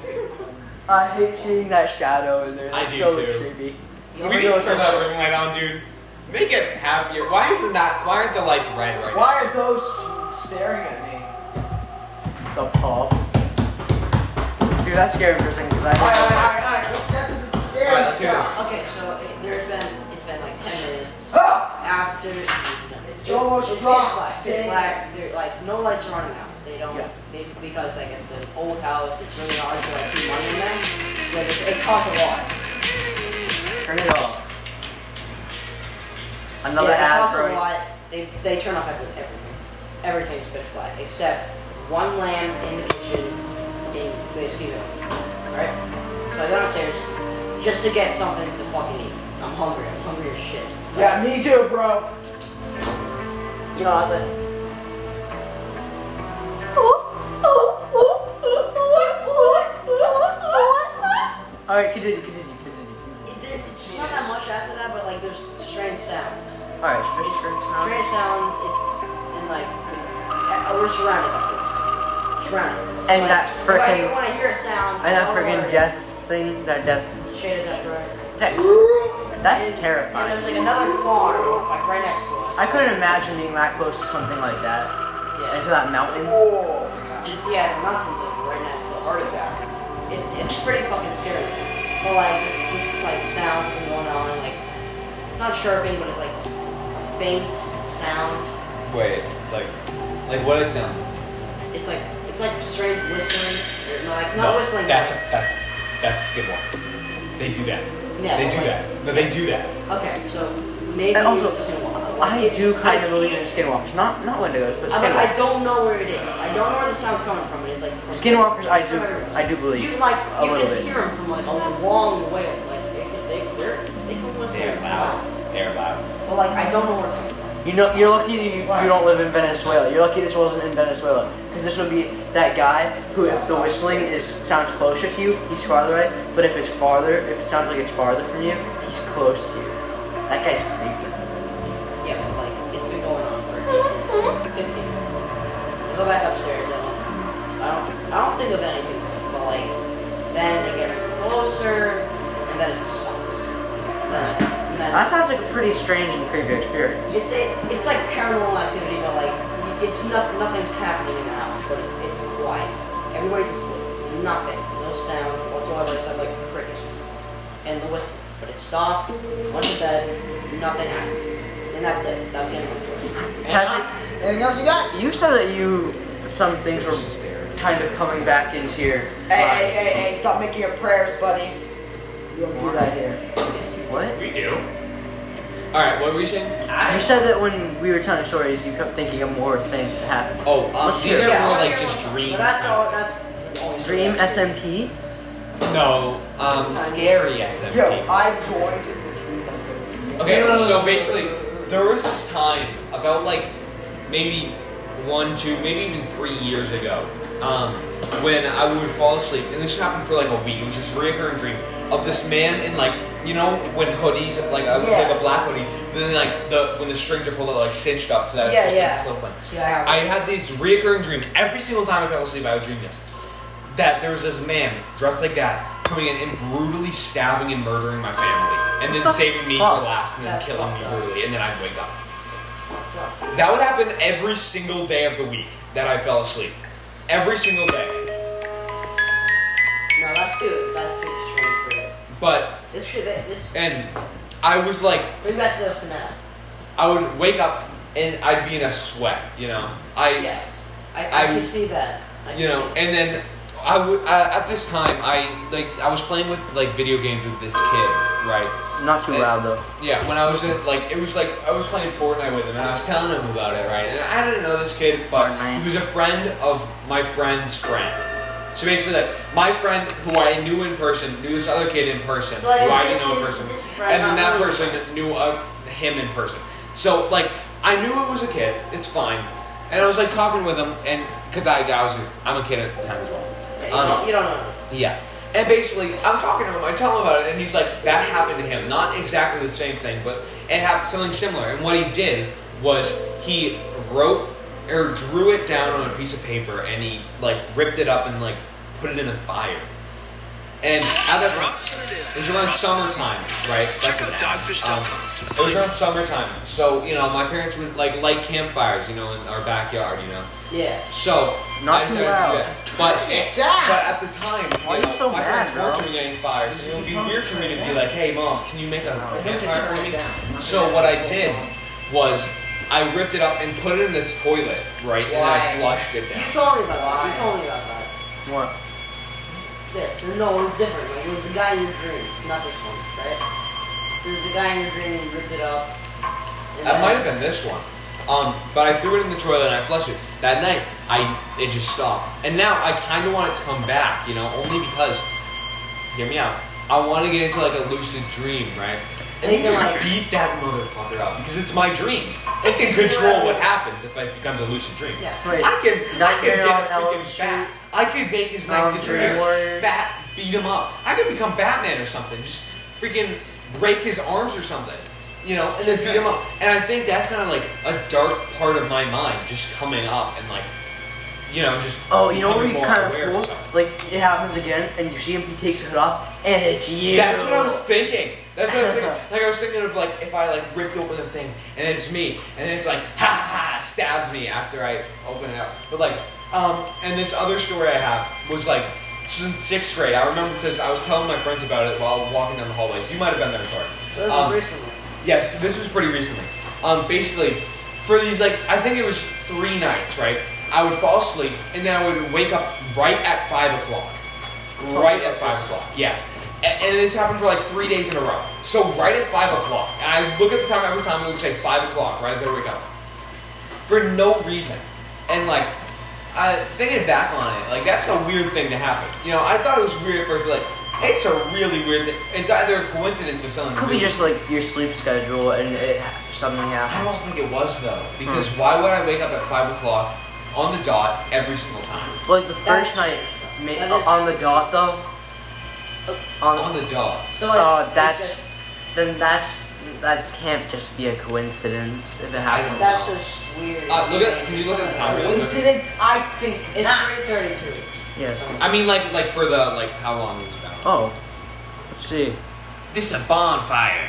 Speaker 2: I hate seeing that shadow in there.
Speaker 1: I
Speaker 2: That's
Speaker 1: do
Speaker 2: so
Speaker 1: too.
Speaker 2: creepy.
Speaker 1: We need to turn that room light on, dude. Make it happier. Why is it not? Why aren't the lights red right
Speaker 4: Why are ghosts staring at me?
Speaker 2: The pub. Dude, that scared me for a second because I.
Speaker 4: Alright, alright, alright, alright, let's get to the scary
Speaker 1: Alright, let's hear
Speaker 4: stuff.
Speaker 3: Okay, so it, there's been it's been like ten minutes
Speaker 4: Ah!
Speaker 3: after.
Speaker 4: Joe was
Speaker 3: it's pitch
Speaker 4: dropped,
Speaker 3: black. It's
Speaker 4: dang.
Speaker 3: black. There- like no lights are on in the house. They don't.
Speaker 2: Yeah.
Speaker 3: They, because like it's an old house. It's really hard to like keep money in them. Like it, it costs a lot.
Speaker 2: Turn it off. Another
Speaker 3: yeah, it
Speaker 2: ad
Speaker 3: costs
Speaker 2: for
Speaker 3: a lot. They they turn off everything. everything. Everything's pitch black except one lamp in the kitchen in the studio. Right? So I go downstairs just to get something to fucking eat. I'm hungry. I'm hungry as shit.
Speaker 4: Yeah, me too, bro.
Speaker 3: You know what I said?
Speaker 2: All right, continue, continue, continue. continue.
Speaker 3: It's not that much after that, but like there's strange sounds.
Speaker 2: All right, fish
Speaker 3: Strange sounds. It's and like uh, we're surrounded by things. Surrounded. So,
Speaker 2: And
Speaker 3: like,
Speaker 2: that
Speaker 3: if I
Speaker 2: frickin-
Speaker 3: wanna hear a sound.
Speaker 2: And that
Speaker 3: I'll
Speaker 2: freaking
Speaker 3: worry.
Speaker 2: death thing, that death.
Speaker 3: Straight of death row.
Speaker 2: that- that's
Speaker 3: And there's
Speaker 2: terrifying.
Speaker 3: like another farm, like right next to us.
Speaker 2: I couldn't imagine being that close to something like that, and to
Speaker 3: Yeah,
Speaker 2: that mountain.
Speaker 3: yeah the mountains are right next to us.
Speaker 4: Oh, Heart attack.
Speaker 3: It's it's pretty fucking scary. But like this this like sound's been going on, like it's not chirping, but it's like a faint sound.
Speaker 1: now? Wait, like, like what it sound?
Speaker 3: It's like it's like strange whistling. Or, like not
Speaker 1: No,
Speaker 3: whistling.
Speaker 1: That's a,
Speaker 3: but-
Speaker 1: that's that's Skidmore. They do that.
Speaker 3: Yeah,
Speaker 1: they
Speaker 3: but
Speaker 1: do
Speaker 3: like-
Speaker 1: that. No, they do that.
Speaker 3: Okay, so maybe
Speaker 2: And also,
Speaker 3: it's gonna walk. Like,
Speaker 2: I do kind
Speaker 3: I
Speaker 2: of believe in
Speaker 3: can't-
Speaker 2: skinwalkers, not not wendigos, but
Speaker 3: I, don't- I
Speaker 2: skinwalkers.
Speaker 3: don't know where it is. I don't know where the sound's coming from. It's like from
Speaker 2: Skinwalkers, I do, I do
Speaker 3: You
Speaker 2: believe.
Speaker 3: like
Speaker 2: A
Speaker 3: you
Speaker 2: little
Speaker 3: can
Speaker 2: bit.
Speaker 3: hear them from like a long way. Like they can they they're, they can whistle
Speaker 1: They're
Speaker 3: loud.
Speaker 1: loud. They're loud.
Speaker 3: But like I don't know where it's coming from.
Speaker 2: You know, you're lucky you, you don't live in Venezuela. You're lucky this wasn't in Venezuela, because this would be that guy who, if the whistling is sounds closer to you, he's farther away. But if it's farther, if it sounds like it's farther from you, he's close to you. That guy's creepy.
Speaker 3: Yeah, but like it's been going on for at least fifteen minutes. I go back upstairs. I don't I don't I don't think of anything. But like then it gets closer and then it stops. Then, and then
Speaker 2: That sounds like a pretty strange and creepy experience.
Speaker 3: It's a, it's like paranormal activity, but like it's not nothing's happening in the house, but it's it's quiet. Everybody's asleep. Nothing, no sound whatsoever except like crickets and the whistle. But it stopped. Went to bed. Nothing happened, and that's it. That's the end of the story.
Speaker 2: Patrick,
Speaker 4: Anything else you got?
Speaker 2: you said that you some things were kind of coming back into your
Speaker 4: Hey, hey,
Speaker 2: mind.
Speaker 4: hey, hey, stop making your prayers, buddy. You don't do that here.
Speaker 2: What?
Speaker 5: We do.
Speaker 1: All right, what were you saying?
Speaker 2: You said that when we were telling stories, you kept thinking of more things that happened.
Speaker 1: Oh, um,
Speaker 2: Let's
Speaker 1: these
Speaker 2: hear
Speaker 1: are
Speaker 2: it.
Speaker 1: more
Speaker 3: I'll
Speaker 1: like
Speaker 3: hear
Speaker 1: just
Speaker 3: one.
Speaker 1: dreams.
Speaker 3: But that's all. That's the only story.
Speaker 2: Dream
Speaker 3: That's-
Speaker 2: SMP?
Speaker 1: No, um, scary SMP.
Speaker 4: Yo, I joined the dream SMP.
Speaker 1: Okay, so basically, there was this time about like maybe one, two, maybe even three years ago, um, when I would fall asleep, and this happened for like a week. It was just a recurring dream of this man in like you know when hoodies like uh, it's
Speaker 3: Yeah.
Speaker 1: like a black hoodie, but then like the when the strings are pulled out like cinched up so that
Speaker 3: Yeah,
Speaker 1: it's just
Speaker 3: yeah.
Speaker 1: like slip one.
Speaker 3: Yeah, I have
Speaker 1: I had this reoccurring dream every single time I fell asleep. I would dream this that there was this man dressed like that coming in and brutally stabbing and murdering my family, and then saving me
Speaker 2: fuck?
Speaker 1: for last, and then
Speaker 3: That's
Speaker 1: killing me
Speaker 3: fucked up.
Speaker 1: brutally, and then I'd wake up. That would happen every single day of the week that I fell asleep. Every single day.
Speaker 3: No, that's too. That's too extreme for this.
Speaker 1: But,
Speaker 3: This should. This.
Speaker 1: and I was like,
Speaker 3: bring back to the FNAF.
Speaker 1: I would wake up and I'd be in a sweat, you know? I,
Speaker 3: Yeah. I, I,
Speaker 1: I-
Speaker 3: can see that. I can
Speaker 1: you know,
Speaker 3: see that.
Speaker 1: and then I would, I, at this time, I, like, I was playing with, like, video games with this kid, right?
Speaker 2: Not too
Speaker 1: Hey.
Speaker 2: loud though.
Speaker 1: Yeah, when I was in, like, it was like I was playing Fortnite with him, and I was telling him about it, right? And I didn't know this kid, but
Speaker 2: Fortnite.
Speaker 1: he was a friend of my friend's friend. So basically, like, my friend who I knew in person knew this other kid in person,
Speaker 3: So, like,
Speaker 1: who I didn't
Speaker 3: this
Speaker 1: know in
Speaker 3: is-
Speaker 1: person,
Speaker 3: this is right
Speaker 1: and then
Speaker 3: about
Speaker 1: that
Speaker 3: me.
Speaker 1: person knew uh, him in person. So like, I knew it was a kid. It's fine. And I was like talking with him, and because I, I was, a, I'm a kid at the time as well.
Speaker 3: Yeah, you,
Speaker 1: um,
Speaker 3: don't, you don't know.
Speaker 1: Yeah. And basically, I'm talking to him, I tell him about it, and he's like, that happened to him. Not exactly the same thing, but it happened something similar. And what he did was he wrote or drew it down on a piece of paper and he like ripped it up and like put it in a fire. And at that time, it was around summertime, right? That's an ad. Um, it was around summertime, so you know my parents would like light campfires, you know, in our backyard, you know.
Speaker 3: Yeah.
Speaker 1: So
Speaker 2: Not
Speaker 1: I decided to
Speaker 2: too
Speaker 1: do
Speaker 2: loud.
Speaker 1: that. But it, but at the time, you
Speaker 2: Why are you
Speaker 1: know,
Speaker 2: so
Speaker 1: my
Speaker 2: mad,
Speaker 1: parents
Speaker 2: bro?
Speaker 1: weren't doing any fires, and it would be weird for me to be like, "Hey, mom, can you make a campfire for me?" So what I did was I ripped it up and put it in this toilet, right, and I
Speaker 3: Why?
Speaker 1: flushed it
Speaker 3: You
Speaker 1: down.
Speaker 3: told me about that. You told me about that.
Speaker 2: What?
Speaker 3: This. And no one's different. Like, it was a guy in your dreams, not this one, right? There was a guy in your dream and you ripped it up. and
Speaker 1: That
Speaker 3: then-
Speaker 1: might have been this one. Um, but I threw it in the toilet and I flushed it. That night, I it just stopped. And now I kind of want it to come back, you know, only because, hear me out. I want to get into like a lucid dream, right? And then
Speaker 3: Either
Speaker 1: just
Speaker 3: way.
Speaker 1: beat that motherfucker up because it's my dream. I can control what happens if it becomes a lucid dream.
Speaker 3: Yeah.
Speaker 2: Wait.
Speaker 1: I can, I can
Speaker 2: Nightmare
Speaker 1: get
Speaker 2: on
Speaker 1: a
Speaker 2: Elm
Speaker 1: freaking bat. I could make his
Speaker 2: Elm
Speaker 1: knife
Speaker 2: Street
Speaker 1: disappear.
Speaker 2: Warriors.
Speaker 1: Bat, beat him up. I could become Batman or something. Just freaking break his arms or something. You know, and then beat him up. And I think that's kind of like a dark part of my mind just coming up and like, you know, just.
Speaker 2: Oh, you know what would
Speaker 1: becoming
Speaker 2: be
Speaker 1: more
Speaker 2: kind
Speaker 1: aware
Speaker 2: of cool?
Speaker 1: stuff.
Speaker 2: Like it happens again, and you see him. He takes the hood off, and it's you.
Speaker 1: That's what I was thinking. That's what I was thinking. Like I was thinking of like if I like ripped open the thing and it's me and it's like ha ha ha, stabs me after I open it up. But like um and this other story I have was like since sixth grade. I remember because I was telling my friends about it while walking down the hallways. You might have been there,
Speaker 3: It was
Speaker 1: sorry.
Speaker 3: um,
Speaker 1: Um,
Speaker 3: recently.
Speaker 1: yes, this was pretty recently. Um, basically, for these like I think it was three nights, right? I would fall asleep and then I would wake up right at five o'clock.
Speaker 2: Oh,
Speaker 1: Right at five o'clock. Yes. And, and this happened for like three days in a row. So right at five o'clock, and I look at the time every time it would say five o'clock right as I wake up for no reason. And like, uh, thinking back on it, like that's a weird thing to happen. You know, I thought it was weird at first, but like, it's a really weird thing. It's either a coincidence or something.
Speaker 2: Could be
Speaker 1: really-
Speaker 2: just like your sleep schedule, and it something
Speaker 1: I
Speaker 2: happens.
Speaker 1: don't think it was though, because
Speaker 8: Hmm.
Speaker 1: why would I wake up at five o'clock on the dot every single time?
Speaker 2: Like the first
Speaker 3: That's-
Speaker 2: night ma-
Speaker 3: that is-
Speaker 2: on the dot though.
Speaker 1: Oh. On the dot.
Speaker 3: So, like,
Speaker 2: Oh,
Speaker 3: it
Speaker 2: that's
Speaker 3: just-
Speaker 2: then that's that's can't just be a coincidence if it
Speaker 1: don't
Speaker 2: happens.
Speaker 3: That's just weird.
Speaker 1: Uh, look at. Can you look at the time? Really quick?
Speaker 4: Incident, I think
Speaker 3: It's
Speaker 4: not.
Speaker 3: 332.
Speaker 2: Yeah.
Speaker 1: I mean, like, like for the like how long is it about?
Speaker 2: Oh, let's see.
Speaker 8: This is a bonfire.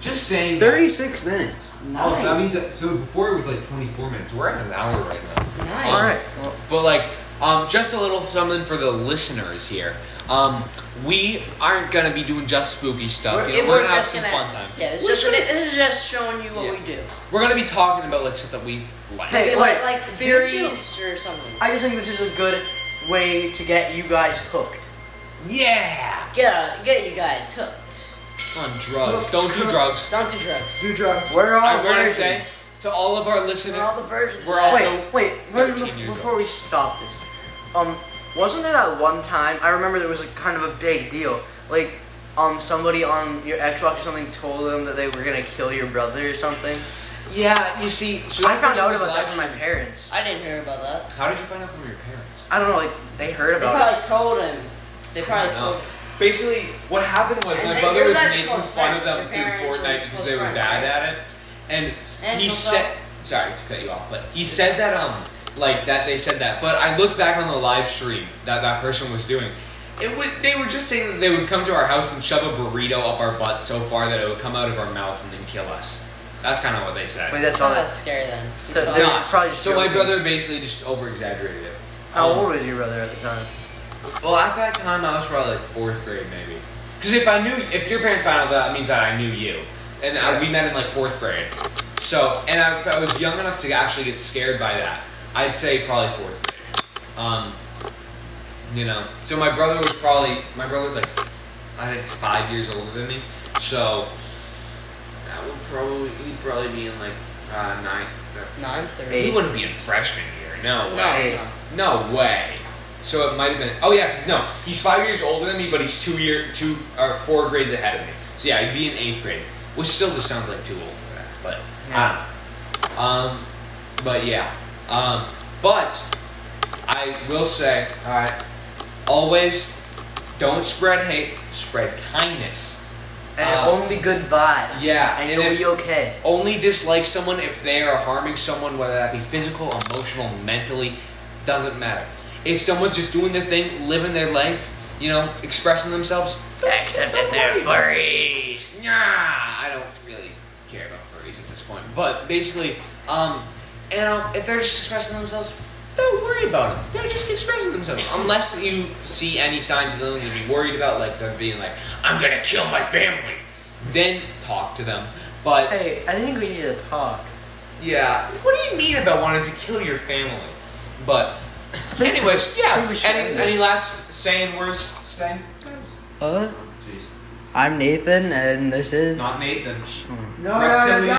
Speaker 8: Just saying.
Speaker 2: Thirty-six minutes.
Speaker 8: Oh, so I mean,
Speaker 3: Nice.
Speaker 8: so- so before it was like 24 minutes. We're at an hour right now.
Speaker 3: Nice.
Speaker 2: All right. Well,
Speaker 1: But like, um, just a little something for the listeners here. Um, we aren't gonna be doing just spooky stuff.
Speaker 6: We're-
Speaker 1: you know,
Speaker 6: we're
Speaker 1: we're gonna have
Speaker 6: just
Speaker 1: some
Speaker 6: gonna-
Speaker 1: fun time.
Speaker 6: Yeah, this
Speaker 1: we're,
Speaker 6: is, just, this is just showing you what
Speaker 1: Yeah.
Speaker 6: we do.
Speaker 1: we're gonna be talking about like shit that we like.
Speaker 2: Hey,
Speaker 6: Maybe
Speaker 2: wait,
Speaker 6: like, like
Speaker 2: did you-
Speaker 6: theories or something.
Speaker 2: I just think this is a good way to get you guys hooked.
Speaker 1: Yeah,
Speaker 6: Get, uh, get you guys hooked.
Speaker 1: on drugs. Uh, Don't do drugs.
Speaker 6: Don't do drugs.
Speaker 4: Do drugs.
Speaker 2: We're all
Speaker 1: I'm gonna say
Speaker 2: virgins.
Speaker 1: to all of our
Speaker 6: We're all
Speaker 1: listeners.
Speaker 6: the virgins.
Speaker 1: We're all- also
Speaker 2: wait, wait. wait,
Speaker 1: 13
Speaker 2: bef-
Speaker 1: years
Speaker 2: before we stop this, um, wasn't there that one time? I remember there was like kind of a big deal. Like, um, somebody on your Xbox or something told them that they were gonna kill your brother or something.
Speaker 1: Yeah, you see,
Speaker 2: I found out about that from my parents. I,
Speaker 6: I didn't hear about that.
Speaker 1: How did you find out from your parents?
Speaker 2: don't know. Like, they heard
Speaker 6: They
Speaker 2: about it.
Speaker 6: probably told him. They probably
Speaker 1: No.
Speaker 6: told.
Speaker 1: Basically, what happened was
Speaker 6: And
Speaker 1: my
Speaker 6: they-
Speaker 1: brother
Speaker 6: your
Speaker 1: was
Speaker 6: guys are
Speaker 1: making
Speaker 6: close
Speaker 1: fun of
Speaker 6: friends.
Speaker 1: them
Speaker 6: Your
Speaker 1: through
Speaker 6: parents are
Speaker 1: Fortnite because
Speaker 6: close
Speaker 1: they were
Speaker 6: friends,
Speaker 1: bad
Speaker 6: right?
Speaker 1: at it, and,
Speaker 6: And
Speaker 1: he
Speaker 6: so-
Speaker 1: said, "Sorry to cut you off, but he said that um, like that they said that." But I looked back on the live stream that that person was doing. It would, they were just saying that they would come to our house and shove a burrito up our butt so far that it would come out of our mouth and then kill us. That's kind of what they said.
Speaker 2: Wait, that's
Speaker 6: It's not
Speaker 2: not.
Speaker 6: that scary then.
Speaker 2: So-
Speaker 1: It's
Speaker 2: so-
Speaker 1: not.
Speaker 2: probably just
Speaker 1: so my
Speaker 2: joking.
Speaker 1: brother basically just over exaggerated it. Um,
Speaker 2: How old was your brother at the time?
Speaker 1: Well, at that time, I was probably like fourth grade, maybe. Because if I knew, if your parents found out, that means that I knew you, and I, we met in like fourth grade. So, and I, if I was young enough to actually get scared by that, I'd say probably fourth grade. Um, you know, so my brother was probably my brother's like I think five years older than me, so that would probably he'd probably be in like uh, nine.
Speaker 6: Nine thirty.
Speaker 1: He wouldn't be in freshman year. No
Speaker 6: No,
Speaker 1: way.
Speaker 6: no.
Speaker 1: No way. So it might have been. Oh yeah, 'cause no, he's five years older than me, but he's two year two or four grades ahead of me. So yeah, he'd be in eighth grade, which still just sounds like too old for that. But
Speaker 2: Yeah.
Speaker 1: I don't know. Um, but yeah. Um, but I will say, all right, always don't spread hate, spread kindness.
Speaker 2: And
Speaker 1: Uh,
Speaker 2: only good vibes.
Speaker 1: yeah,
Speaker 2: And
Speaker 1: and
Speaker 2: you'll
Speaker 1: if-
Speaker 2: be okay.
Speaker 1: Only dislike someone if they are harming someone, whether that be physical, emotional, mentally, doesn't matter. If someone's just doing their thing, living their life, you know, expressing themselves,
Speaker 2: Except if they're furries.
Speaker 1: nah, I don't really care about furries at this point. But basically, um, you know, if they're just expressing themselves, don't worry about them. They're just expressing themselves. Unless you see any signs of them to be worried about, like them being like, I'm gonna kill my family. Then talk to them. But
Speaker 2: Hey, I think we need to talk.
Speaker 1: Yeah. What do you mean about wanting to kill your family? But, anyways,
Speaker 2: I think
Speaker 1: yeah.
Speaker 2: we should
Speaker 1: Any,
Speaker 2: end
Speaker 1: any
Speaker 2: this.
Speaker 1: last saying words, saying? Guys?
Speaker 2: Huh?
Speaker 1: Jeez.
Speaker 2: I'm Nathan, and this is.
Speaker 8: Not Nathan.
Speaker 4: No, no, no, no.